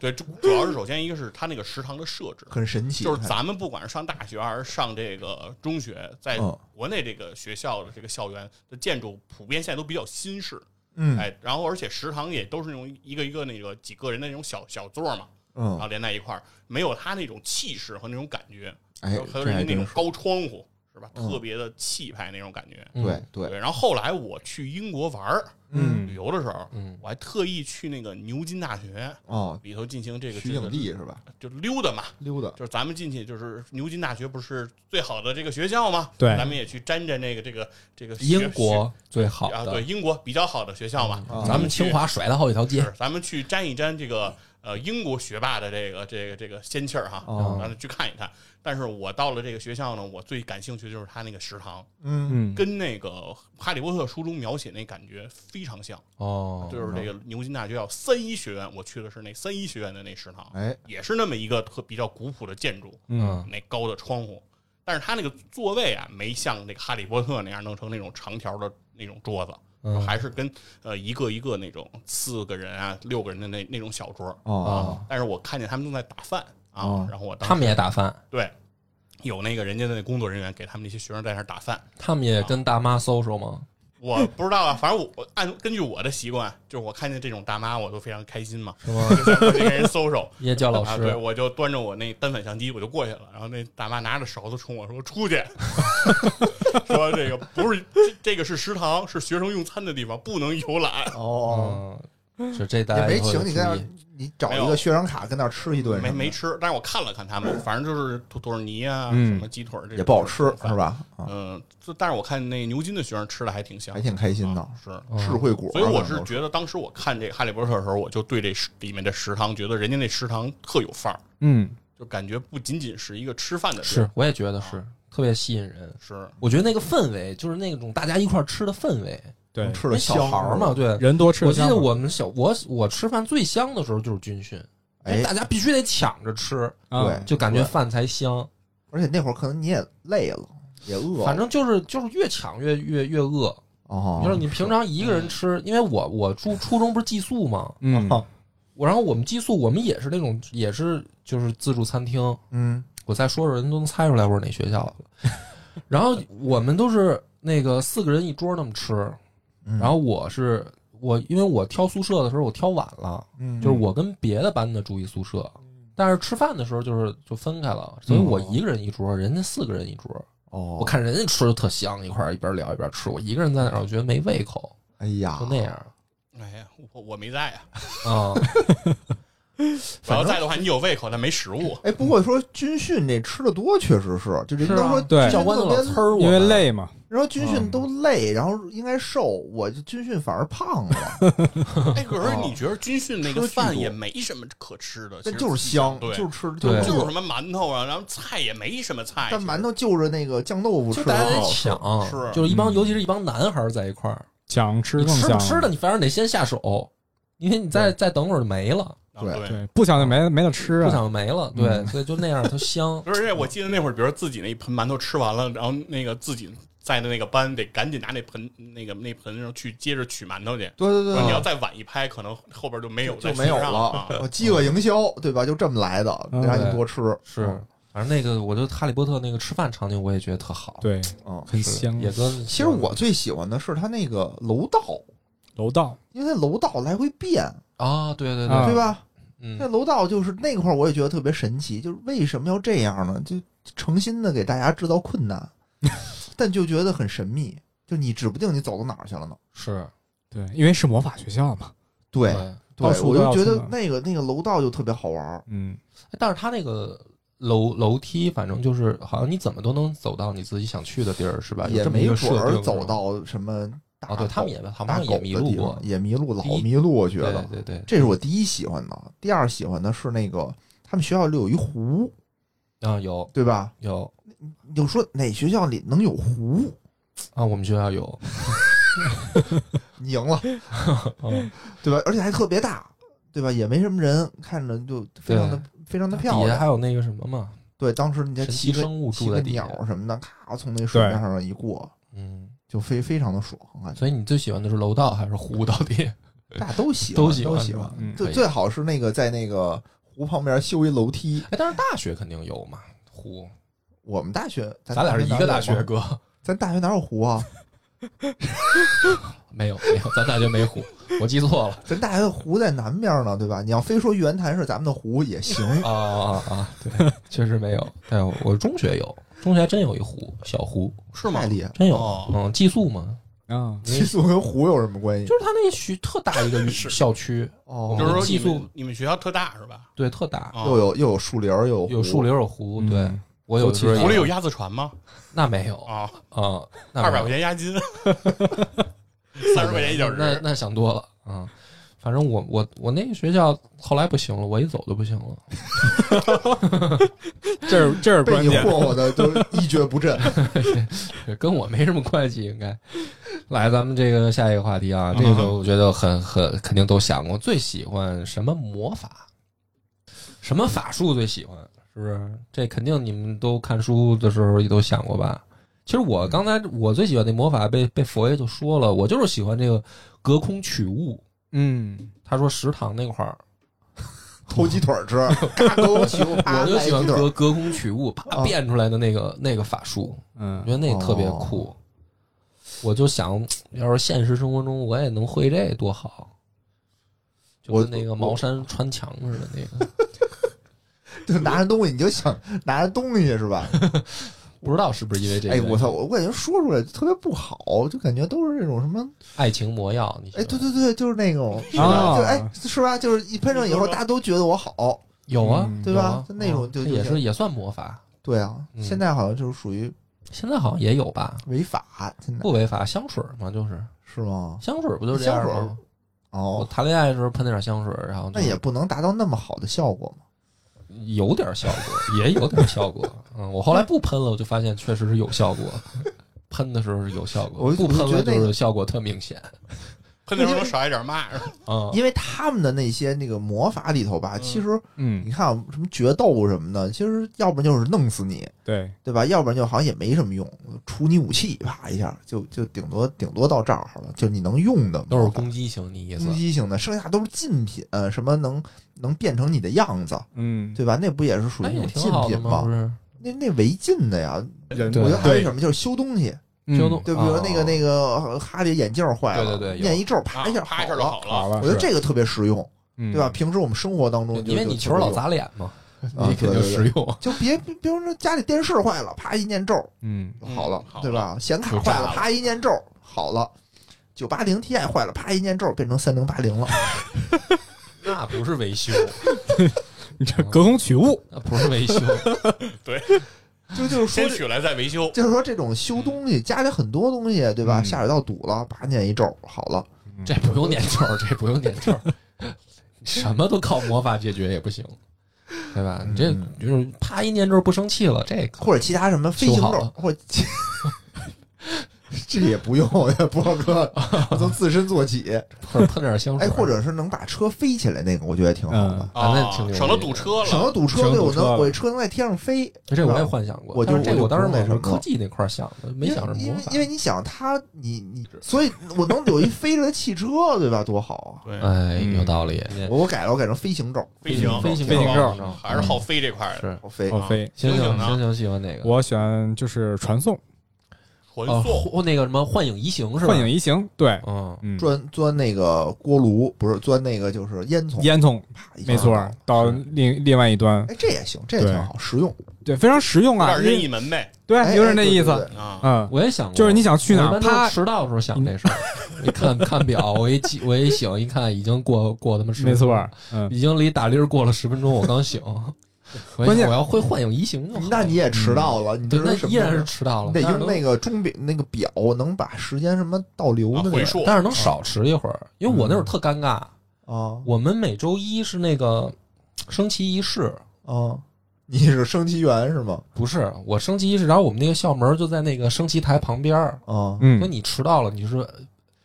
Speaker 2: 对，主主要是首先一个是他那个食堂的设置，
Speaker 3: 很神奇。
Speaker 2: 就是咱们不管是上大学还是上这个中学，在
Speaker 3: 嗯
Speaker 2: 国内这个学校的这个校园的建筑普遍现在都比较新式，
Speaker 3: 嗯
Speaker 2: 哎，然后而且食堂也都是那种一个一个那个几个人的那种小小座嘛，然
Speaker 3: 嗯，
Speaker 2: 后连在一块儿，没有他那种气势和那种感觉，
Speaker 3: 哎，
Speaker 2: 还有
Speaker 3: 这
Speaker 2: 人
Speaker 3: 还
Speaker 2: 家那
Speaker 3: 真
Speaker 2: 种
Speaker 3: 是
Speaker 2: 高窗户是吧？
Speaker 3: 嗯
Speaker 2: 特别的气派那种感觉。
Speaker 1: 嗯
Speaker 3: 对，对，
Speaker 2: 然后后来我去英国玩儿
Speaker 3: 嗯
Speaker 2: 旅游的时候，
Speaker 1: 嗯，
Speaker 2: 我还特意去那个牛津大学
Speaker 3: 哦，
Speaker 2: 里头进行这个
Speaker 3: 取
Speaker 2: 这个
Speaker 3: 景地是吧？
Speaker 2: 就溜达嘛，
Speaker 3: 溜达，
Speaker 2: 就是咱们进去，就是牛津大学不是最好的这个学校吗？
Speaker 4: 对
Speaker 2: 咱们也去沾沾这个这个这个学
Speaker 1: 英国最好
Speaker 2: 学啊，对
Speaker 1: 的，
Speaker 2: 英国比较好的学校嘛。
Speaker 3: 嗯
Speaker 1: 咱们
Speaker 2: 去
Speaker 1: 清华甩他好几条街
Speaker 2: 啊是，咱们去沾一沾这个呃英国学霸的这个这个这个仙气儿哈，
Speaker 3: 哦
Speaker 2: 让他去看一看。但是我到了这个学校呢，我最感兴趣就是他那个食堂，
Speaker 3: 嗯，
Speaker 4: 嗯，
Speaker 2: 跟那个《哈利波特》书中描写那感觉非常像，
Speaker 1: 哦，
Speaker 2: 就是这个牛津大学叫三一学院，我去的是那三一学院的那食堂，
Speaker 3: 哎，
Speaker 2: 也是那么一个特比较古朴的建筑，
Speaker 1: 嗯
Speaker 2: 那高的窗户，但是他那个座位啊，没像那个哈利波特那样弄成那种长条的那种桌子，
Speaker 1: 嗯
Speaker 2: 还是跟呃一个一个那种四个人啊、六个人的那那种小桌
Speaker 3: 哦，
Speaker 2: 但是我看见他们正在打饭啊，
Speaker 3: 哦
Speaker 2: 然后我当时
Speaker 1: 啊他们也打饭，
Speaker 2: 对，有那个人家的那工作人员给他们那些学生在那儿打饭，
Speaker 1: 他们也跟大妈 social
Speaker 3: [LAUGHS]
Speaker 1: 吗？
Speaker 2: 我不知道啊，反正我我按根据我的习惯，就是我看见这种大妈我都非常开心嘛，
Speaker 1: 是吗？
Speaker 2: 就想过去跟人搜搜。
Speaker 1: 叶教老
Speaker 2: 啊对，
Speaker 1: 师，
Speaker 2: 我就端着我那单反相机，我就过去了。然后那大妈拿着勺子冲我说：“出去！” [LAUGHS] 说这个不是这这个是食堂，是学生用餐的地方，不能游览。
Speaker 3: 哦，
Speaker 1: 嗯，是这大
Speaker 3: 也
Speaker 1: 家
Speaker 3: 没
Speaker 1: 以后得
Speaker 3: 请你在那
Speaker 1: 注
Speaker 3: 儿
Speaker 1: 意，
Speaker 3: 你找一个学生卡跟那儿吃一顿
Speaker 2: 没
Speaker 3: 什么的，
Speaker 2: 没吃，但是我看了看他们，反正就是土土耳泥啊，
Speaker 3: 嗯
Speaker 2: 什么鸡腿儿这种
Speaker 3: 也不好吃
Speaker 2: 饭
Speaker 3: 是？吧？啊，
Speaker 2: 嗯，就但是我看那牛筋的学生吃的还挺香，
Speaker 3: 还挺开心的
Speaker 2: 啊，是。
Speaker 1: 嗯
Speaker 3: 智慧果。
Speaker 2: 所以我是觉得，当时我看这个《哈利波特》的时候，我就对这食里面的食堂觉得人家那食堂特有范儿，
Speaker 4: 嗯，
Speaker 2: 就感觉不仅仅是一个吃饭的地
Speaker 1: 是
Speaker 2: 儿，
Speaker 1: 我也觉得
Speaker 3: 啊
Speaker 1: 是特别吸引人。
Speaker 2: 是
Speaker 1: 我觉得那个氛围就是那种大家一块儿吃的氛围，
Speaker 4: 对，
Speaker 3: 吃的
Speaker 1: 那小孩儿嘛，，对。
Speaker 4: 人多吃
Speaker 1: 我
Speaker 4: 得
Speaker 1: 记
Speaker 4: 香
Speaker 1: 得
Speaker 4: 嘛。
Speaker 1: 我们小我我吃饭最香的时候就是军训，
Speaker 3: 哎，
Speaker 1: 大家必须得抢着吃，
Speaker 4: 啊
Speaker 3: 对
Speaker 1: 就感觉饭才香。
Speaker 3: 而且那会儿可能你也累了，也饿了，
Speaker 1: 反正就是就是越抢越越越饿。
Speaker 3: 哦，嗯
Speaker 1: 就是你平常一个人吃，因为我我初初中不是寄宿嘛，
Speaker 4: 嗯，
Speaker 3: 哦
Speaker 1: 我然后我们寄宿，我们也是那种也是就是自助餐厅，
Speaker 3: 嗯
Speaker 1: 我再说说人都能猜出来我是哪学校的。
Speaker 3: [LAUGHS]
Speaker 1: 然后我们都是那个四个人一桌那么吃，
Speaker 3: 嗯，
Speaker 1: 然后我是我，因为我挑宿舍的时候我挑晚了，
Speaker 3: 嗯
Speaker 1: 就是我跟别的班的住一宿舍，但是吃饭的时候就是就分开了，所以我一个人一桌，人家四个人一桌，
Speaker 3: 哦，
Speaker 1: 我看人家吃的特香，一块儿一边聊一边吃，我一个人在那儿我觉得没胃口，
Speaker 3: 哎呀，
Speaker 1: 就那样
Speaker 2: 哎呀，我我没在啊。
Speaker 1: [LAUGHS] 啊。
Speaker 2: 我要在的话，你有胃口，但没食
Speaker 3: [LAUGHS]
Speaker 2: 物。
Speaker 3: 哎，不过说军训这吃的多，确实是，就人
Speaker 1: 是
Speaker 3: 都
Speaker 1: 啊
Speaker 3: 说
Speaker 4: 对
Speaker 3: 军训
Speaker 1: 教官都老
Speaker 3: 特别
Speaker 1: 呲儿我，嗯
Speaker 4: 因为，累嘛，
Speaker 3: 人说军训都累，然后应该瘦，我就军训反而胖了，
Speaker 2: 哎，可是你觉得军训那个
Speaker 3: 吃
Speaker 2: 饭
Speaker 3: 哦巨多
Speaker 2: 也没什么可吃的，
Speaker 3: 但
Speaker 2: 其实
Speaker 3: 就是香，
Speaker 2: 对，
Speaker 3: 就是吃，
Speaker 1: 对
Speaker 2: 就是
Speaker 3: 饿
Speaker 2: 什么馒头啊，然后菜也没什么菜，
Speaker 3: 但馒头就着那个酱豆腐
Speaker 1: 就
Speaker 3: 吃
Speaker 1: 大家
Speaker 3: 的
Speaker 1: 得
Speaker 3: 好吃，
Speaker 1: 抢，
Speaker 2: 是
Speaker 1: 就是一帮，
Speaker 3: 嗯
Speaker 1: 尤其是一帮男孩儿在一块儿，
Speaker 4: 想吃
Speaker 1: 你
Speaker 4: 更
Speaker 1: 吃
Speaker 4: 香。
Speaker 1: 不吃的，你反正得先下手，因为你再再等会儿就没了，
Speaker 2: 啊
Speaker 3: 对
Speaker 2: 对。。
Speaker 4: 对，不想就没没得吃
Speaker 1: 不
Speaker 4: 啊。
Speaker 1: 想就没了，对，所以就那样它
Speaker 4: [LAUGHS]
Speaker 1: 香
Speaker 2: 而且我记得那会儿，比如自己那一盆馒头吃完了，然后那个自己在的那个班得赶紧拿那盆那个那盆，然后去接着取馒头去。
Speaker 3: 对对对
Speaker 2: 不然你
Speaker 3: 对
Speaker 2: 要。再晚一拍，可能后边就没有
Speaker 3: 嗯就
Speaker 2: 再
Speaker 3: 没有
Speaker 2: 续上啊
Speaker 3: 了哦
Speaker 2: 了。，
Speaker 3: 我饥饿营销，对吧？就这么来的，
Speaker 4: 嗯
Speaker 3: 让你多吃
Speaker 1: 是，嗯反正那个，我觉得《哈利波特》那个吃饭场景，我也觉得特好，
Speaker 4: 对，
Speaker 3: 嗯。
Speaker 4: 很
Speaker 1: 是，
Speaker 4: 香。啊
Speaker 1: 也跟
Speaker 3: 其实我最喜欢的是它那个楼道，
Speaker 4: 楼道，
Speaker 3: 因为它楼道来回变，
Speaker 1: 啊，对对
Speaker 4: 啊
Speaker 1: 对，
Speaker 3: 对吧？那
Speaker 1: 嗯，
Speaker 3: 楼道就是那块儿，我也觉得特别神奇，就是为什么要这样呢？就诚心的给大家制造困
Speaker 1: [LAUGHS]
Speaker 3: 难，但就觉得很神秘，就你指不定你走到哪儿去了呢。
Speaker 1: 是
Speaker 4: 对，因为是魔法学校嘛。
Speaker 3: 对，对
Speaker 4: 到处
Speaker 3: 我
Speaker 4: 都要
Speaker 3: 就觉
Speaker 4: 出
Speaker 3: 得
Speaker 4: 门
Speaker 3: 那个那个楼道就特别好玩儿。
Speaker 4: 嗯，
Speaker 1: 但是他那个楼楼梯，反正就是好像你怎么都能走到你自己想去的地儿，是吧？有
Speaker 3: 也
Speaker 1: 这么
Speaker 3: 没
Speaker 1: 一个
Speaker 3: 准
Speaker 1: 设定
Speaker 3: 儿
Speaker 1: 是吧
Speaker 3: 走到什么大狗、
Speaker 1: 啊，对他们也好
Speaker 3: 大
Speaker 1: 像
Speaker 3: 狗
Speaker 1: 也
Speaker 3: 的
Speaker 1: 迷路
Speaker 3: 地方
Speaker 1: 过，
Speaker 3: 也迷路，老
Speaker 1: 第一
Speaker 3: 迷路，我觉
Speaker 1: 对
Speaker 3: 得
Speaker 1: 对对，
Speaker 3: 这是我第一喜欢的。第二喜欢的是那个他们学校里有一湖，
Speaker 1: 啊有
Speaker 3: 对吧？
Speaker 1: 有
Speaker 3: 你就说哪学校里能有湖？
Speaker 1: 啊，我们学校有，
Speaker 3: 你赢了，
Speaker 1: 嗯
Speaker 3: 对吧？而且还特别大，对吧？也没什么人，看着就非常的非常的漂
Speaker 1: 底下还
Speaker 3: 亮。
Speaker 1: 有那个什么嘛，
Speaker 3: 对，当时你在
Speaker 1: 神
Speaker 3: 骑
Speaker 1: 奇
Speaker 3: 个
Speaker 1: 生物
Speaker 3: 骑
Speaker 1: 住
Speaker 3: 个
Speaker 1: 在底下
Speaker 3: 鸟，什么的，咔从那水面上一过，
Speaker 1: 嗯，
Speaker 3: 就非非常的爽啊！
Speaker 1: 所以你最喜欢的是楼道还是湖到底？
Speaker 3: 大家都喜欢，
Speaker 1: [LAUGHS] 都
Speaker 3: 啊都
Speaker 1: 喜欢
Speaker 3: 喜
Speaker 1: 是吧
Speaker 3: 欢
Speaker 4: 嗯。
Speaker 1: 可
Speaker 3: 最
Speaker 1: 以
Speaker 3: 最好是那个在那个湖旁边修一楼梯。
Speaker 1: 哎，但是大学肯定有嘛，湖，
Speaker 3: 我们大学，咱
Speaker 1: 咱俩是一个大
Speaker 3: 哪
Speaker 1: 学
Speaker 3: 有吗
Speaker 1: 哥， [LAUGHS]
Speaker 3: 咱大学哪有湖啊？
Speaker 1: 没有没有，咱大学没湖，我记错了 [LAUGHS]
Speaker 3: 咱大学的湖在南边呢，对吧？你要非说圆潭是咱们的湖也行。
Speaker 1: 啊啊啊啊！对，确实没有，但我我中学有，中学还真有一湖，小湖，
Speaker 2: [LAUGHS] 是吗
Speaker 3: 太？厉害！
Speaker 1: 真有，
Speaker 2: 哦
Speaker 1: 嗯，寄宿嘛，
Speaker 4: 啊，
Speaker 3: 激素跟湖有什么关系？
Speaker 1: 就是他那区特大一个校区，
Speaker 3: 哦
Speaker 2: 就，是说
Speaker 1: 寄
Speaker 2: 你
Speaker 1: 宿
Speaker 2: 们你们学校特大是吧？
Speaker 1: 对，特大，
Speaker 2: 啊
Speaker 3: 又有又有树林儿，又有
Speaker 1: 有树
Speaker 3: 林，
Speaker 1: 林有湖，
Speaker 4: 嗯
Speaker 1: 对我有
Speaker 4: 都
Speaker 1: 的
Speaker 4: 去
Speaker 1: 时候也
Speaker 2: 湖里有鸭子船吗？
Speaker 1: 那没有
Speaker 2: 啊，
Speaker 1: 啊，
Speaker 2: 二
Speaker 1: 二
Speaker 2: 百块钱押金，
Speaker 3: [LAUGHS]
Speaker 2: 三十块钱一小时。
Speaker 1: 那那想多了啊。反正我我我那个学校后来不行了，我一走就不行了。 [LAUGHS]
Speaker 4: 这是这是
Speaker 3: 被
Speaker 4: 关
Speaker 3: 你
Speaker 4: 键。
Speaker 3: 霍霍的都一蹶不振。
Speaker 1: 跟我没什么关系，应该。来，咱们这个下一个话题啊，这个我觉得很很肯定都想过，最喜欢什么魔法，什么法术最喜欢，是不是？这肯定你们都看书的时候也都想过吧？其实我刚才我最喜欢那魔法被被佛爷就说了，我就是喜欢这个隔空取物。
Speaker 4: 嗯，
Speaker 1: 他说食堂那块儿，
Speaker 3: 偷鸡腿儿吃，嘎都起我啪
Speaker 1: 我就
Speaker 3: 来
Speaker 1: 喜
Speaker 3: 鸡
Speaker 1: 欢
Speaker 3: 腿儿
Speaker 1: 隔隔空取物，啪
Speaker 3: 啊
Speaker 1: 变出来的那个那个法术，我觉
Speaker 4: 嗯，
Speaker 1: 得那特
Speaker 3: 哦
Speaker 1: 别酷。我就想，要是现实生活中我也能会这多好，就
Speaker 3: 我
Speaker 1: 跟那个
Speaker 3: 我
Speaker 1: 茅山穿墙似的那
Speaker 3: [LAUGHS]
Speaker 1: 个，
Speaker 3: 就拿着东西你就想拿着东西是吧？
Speaker 1: 不知道是不是因为这个？
Speaker 3: 哎，我操，，我感觉说出来特别不好，就感觉都是这种什么，
Speaker 1: 爱情魔药，你
Speaker 3: 哎，
Speaker 1: 喜欢
Speaker 3: 对对对，就是那种，
Speaker 4: 吧
Speaker 3: 就哎，是吧？就是一喷上以后，
Speaker 2: 你说吧
Speaker 3: 大家都觉得我好，
Speaker 1: 有啊，
Speaker 4: 嗯
Speaker 3: 对
Speaker 1: 有
Speaker 3: 吧
Speaker 1: 啊？
Speaker 3: 就那种
Speaker 1: 嗯
Speaker 3: 就
Speaker 1: 这
Speaker 3: 就
Speaker 1: 也
Speaker 3: 是
Speaker 1: 是也算魔法，
Speaker 3: 对啊，
Speaker 1: 嗯
Speaker 3: 现在好像就是属于
Speaker 1: 现在好像也有吧？
Speaker 3: 违法，现在
Speaker 1: 不违法，香水嘛，就是
Speaker 3: 是吗？
Speaker 1: 香水不就这样
Speaker 3: 香水
Speaker 1: 吗？我
Speaker 3: 哦，
Speaker 1: 谈恋爱的时候喷点香水，然后就
Speaker 3: 那也不能达到那么好的效果嘛。
Speaker 1: 有点效果，也有点效果。 [LAUGHS] 嗯，我后来不喷了，我就发现确实是有效果。喷的时候是有效
Speaker 3: 我
Speaker 1: 果，
Speaker 3: 就
Speaker 1: 不喷
Speaker 3: 我
Speaker 1: 了
Speaker 3: 觉得那
Speaker 1: 就
Speaker 3: 个
Speaker 1: 是效果特明显。
Speaker 2: 喷的时候少挨点骂，是吧
Speaker 1: 啊，
Speaker 3: 因为他们的那些那个魔法里头吧，
Speaker 2: 嗯
Speaker 3: 其实
Speaker 4: 嗯
Speaker 3: 你，看啊什么决斗什么的，其实要不然就是弄死你，
Speaker 4: 对，
Speaker 3: 对吧？要不然就好像也没什么用，除你武器啪一下，就就顶多顶多到这儿了，就你能用的
Speaker 1: 都是
Speaker 3: 魔法
Speaker 1: 攻击型，你意思
Speaker 3: 攻？击性的，剩下都是禁品，呃什么能能变成你的样子，
Speaker 4: 嗯，
Speaker 3: 对吧？那不也是属于
Speaker 1: 那
Speaker 3: 那
Speaker 1: 也
Speaker 3: 种
Speaker 1: 挺
Speaker 3: 禁
Speaker 1: 好的
Speaker 3: 品
Speaker 1: 吗？不
Speaker 3: 吗？
Speaker 1: 是，
Speaker 3: 那那违禁的呀，
Speaker 4: 人
Speaker 1: 对
Speaker 3: 我觉得还有
Speaker 4: 对
Speaker 3: 什么就是修东西，
Speaker 4: 嗯
Speaker 1: 就弄
Speaker 3: 对，比如
Speaker 1: 哦
Speaker 3: 那个那个哈利眼镜坏了，
Speaker 1: 对对对有
Speaker 3: 念一咒
Speaker 2: 啊
Speaker 3: 啪一下
Speaker 2: 啪一下
Speaker 3: 好
Speaker 2: 就
Speaker 3: 了
Speaker 2: 好
Speaker 4: 好
Speaker 2: 了。
Speaker 4: 了，
Speaker 3: 我觉得这个特别实用，
Speaker 4: 嗯
Speaker 3: 对吧？？平时我们生活当中就，
Speaker 1: 因为你
Speaker 3: 就
Speaker 1: 球老砸脸嘛，
Speaker 3: 啊
Speaker 1: 你肯定实用。
Speaker 3: 就别别别说家里电视坏了，啪一念咒
Speaker 4: 嗯，
Speaker 3: 好了
Speaker 2: 嗯，好
Speaker 3: 对吧？显卡
Speaker 1: 就
Speaker 3: 坏
Speaker 1: 炸
Speaker 3: 了，
Speaker 2: 了
Speaker 3: 啪一念咒好了，九八零 Ti 坏了，啪一念咒变成三零八
Speaker 1: [LAUGHS]
Speaker 3: 零了，
Speaker 1: 那不是维修，
Speaker 4: 你这隔空取物，
Speaker 1: 那不是维
Speaker 3: [LAUGHS]
Speaker 1: 修。
Speaker 3: 就就是说
Speaker 2: 先。取来再维修，
Speaker 3: 就是说，这种修东西，家里很多东西，对吧？
Speaker 4: 嗯
Speaker 3: 下水道堵了，啪念一咒，好了，
Speaker 1: 这不用念咒，这不用念咒，什么都靠魔法解决也不行，对吧？你这
Speaker 3: 嗯
Speaker 1: 就是啪一念咒不生气了，这个
Speaker 3: 或者其他什么飞行
Speaker 1: 修好
Speaker 3: 咒
Speaker 1: 了，
Speaker 3: 或者 [LAUGHS] 这也不用，波哥从自身做起。
Speaker 1: 或者喷点香水，
Speaker 3: 哎，或者是能把车飞起来那个，我觉得挺好的，
Speaker 1: 咱
Speaker 2: 啊
Speaker 1: 这挺牛，逼
Speaker 2: 省了堵车
Speaker 3: 省
Speaker 2: 了。
Speaker 3: 得堵车。
Speaker 4: 嗯省得
Speaker 3: 对，我
Speaker 4: 堵车
Speaker 3: 能
Speaker 4: 了
Speaker 3: 我这车能在天上飞。
Speaker 1: 哎这我也
Speaker 3: 是吧
Speaker 1: 幻想过，
Speaker 3: 我就
Speaker 1: 但是这
Speaker 3: 我
Speaker 1: 个
Speaker 3: 就
Speaker 1: 我当时
Speaker 3: 不
Speaker 1: 往
Speaker 3: 用那什么
Speaker 1: 科技那块儿想的，没
Speaker 3: 因为
Speaker 1: 想着
Speaker 3: 因
Speaker 1: 魔
Speaker 3: 为
Speaker 1: 法。
Speaker 3: 因为你想它，你你，所以我能有一飞着的汽车，对吧？多好
Speaker 2: 对，
Speaker 1: 哎，
Speaker 4: 嗯
Speaker 1: 有道理。
Speaker 3: 啊！我我改了，我改成飞行咒，
Speaker 2: 飞行
Speaker 1: 飞行
Speaker 4: 飞行
Speaker 1: 罩
Speaker 2: 罩还是好飞这块儿的。啊
Speaker 1: 是，
Speaker 3: 好飞。
Speaker 4: 好飞。
Speaker 1: 行
Speaker 2: 星
Speaker 1: 行
Speaker 2: 星呢
Speaker 1: 行行，喜欢哪个？
Speaker 4: 我选就是传送、
Speaker 2: 魂
Speaker 1: 哦，
Speaker 2: 送
Speaker 1: 或那个什么幻影移形是吧？
Speaker 4: 幻影，移形，对，
Speaker 1: 嗯，
Speaker 4: 嗯，
Speaker 3: 钻钻那个锅炉，不是钻那个就是烟囱，
Speaker 4: 烟囱，
Speaker 3: 啪一下
Speaker 4: 没错
Speaker 3: 就好了，
Speaker 4: 到另另外一端，
Speaker 3: 哎，这也行，这也挺好，实用
Speaker 4: 对，非常实用
Speaker 2: 有
Speaker 4: 啊，
Speaker 2: 点
Speaker 4: 因
Speaker 2: 任
Speaker 4: 为
Speaker 2: 意门呗
Speaker 4: 对，
Speaker 3: 哎
Speaker 4: 有点那意。
Speaker 3: 哎对对
Speaker 4: 思，
Speaker 3: 对
Speaker 2: 啊，
Speaker 4: 嗯，
Speaker 1: 我也想过，
Speaker 4: 就是你想去哪
Speaker 1: 我
Speaker 4: 儿，
Speaker 1: 一般都
Speaker 4: 啪
Speaker 1: 是，迟到的时候想这事
Speaker 4: [LAUGHS]
Speaker 1: 儿，一看看表，我一记，我一醒一看，已经过过他妈十分
Speaker 4: 没
Speaker 1: 钟
Speaker 4: 错
Speaker 1: 了，
Speaker 4: 儿，嗯，
Speaker 1: 已经离打铃儿过了十分钟，我刚醒。我
Speaker 4: 关键
Speaker 1: 我要会幻影移形就好，
Speaker 3: 那你也
Speaker 4: 嗯
Speaker 3: 迟到了，你
Speaker 1: 对，
Speaker 3: 这
Speaker 1: 那
Speaker 3: 是什么
Speaker 1: 依然是迟到了，
Speaker 3: 你得
Speaker 1: 但是
Speaker 3: 用
Speaker 1: 能
Speaker 3: 那个钟表，那个表能把时间什么倒流
Speaker 2: 啊
Speaker 3: 的那
Speaker 2: 回
Speaker 3: 个
Speaker 2: 数
Speaker 1: 但是能少迟一会儿，因为我那
Speaker 4: 嗯
Speaker 1: 会儿特尴尬。
Speaker 3: 啊
Speaker 1: 我们每周一是那个升旗仪式，
Speaker 3: 啊！你是升旗员是吗？
Speaker 1: 不是我升旗仪式，然后我们那个校门就在那个升旗台旁边儿，所
Speaker 3: 啊，
Speaker 1: 以
Speaker 4: 嗯，
Speaker 1: 你迟到了，你是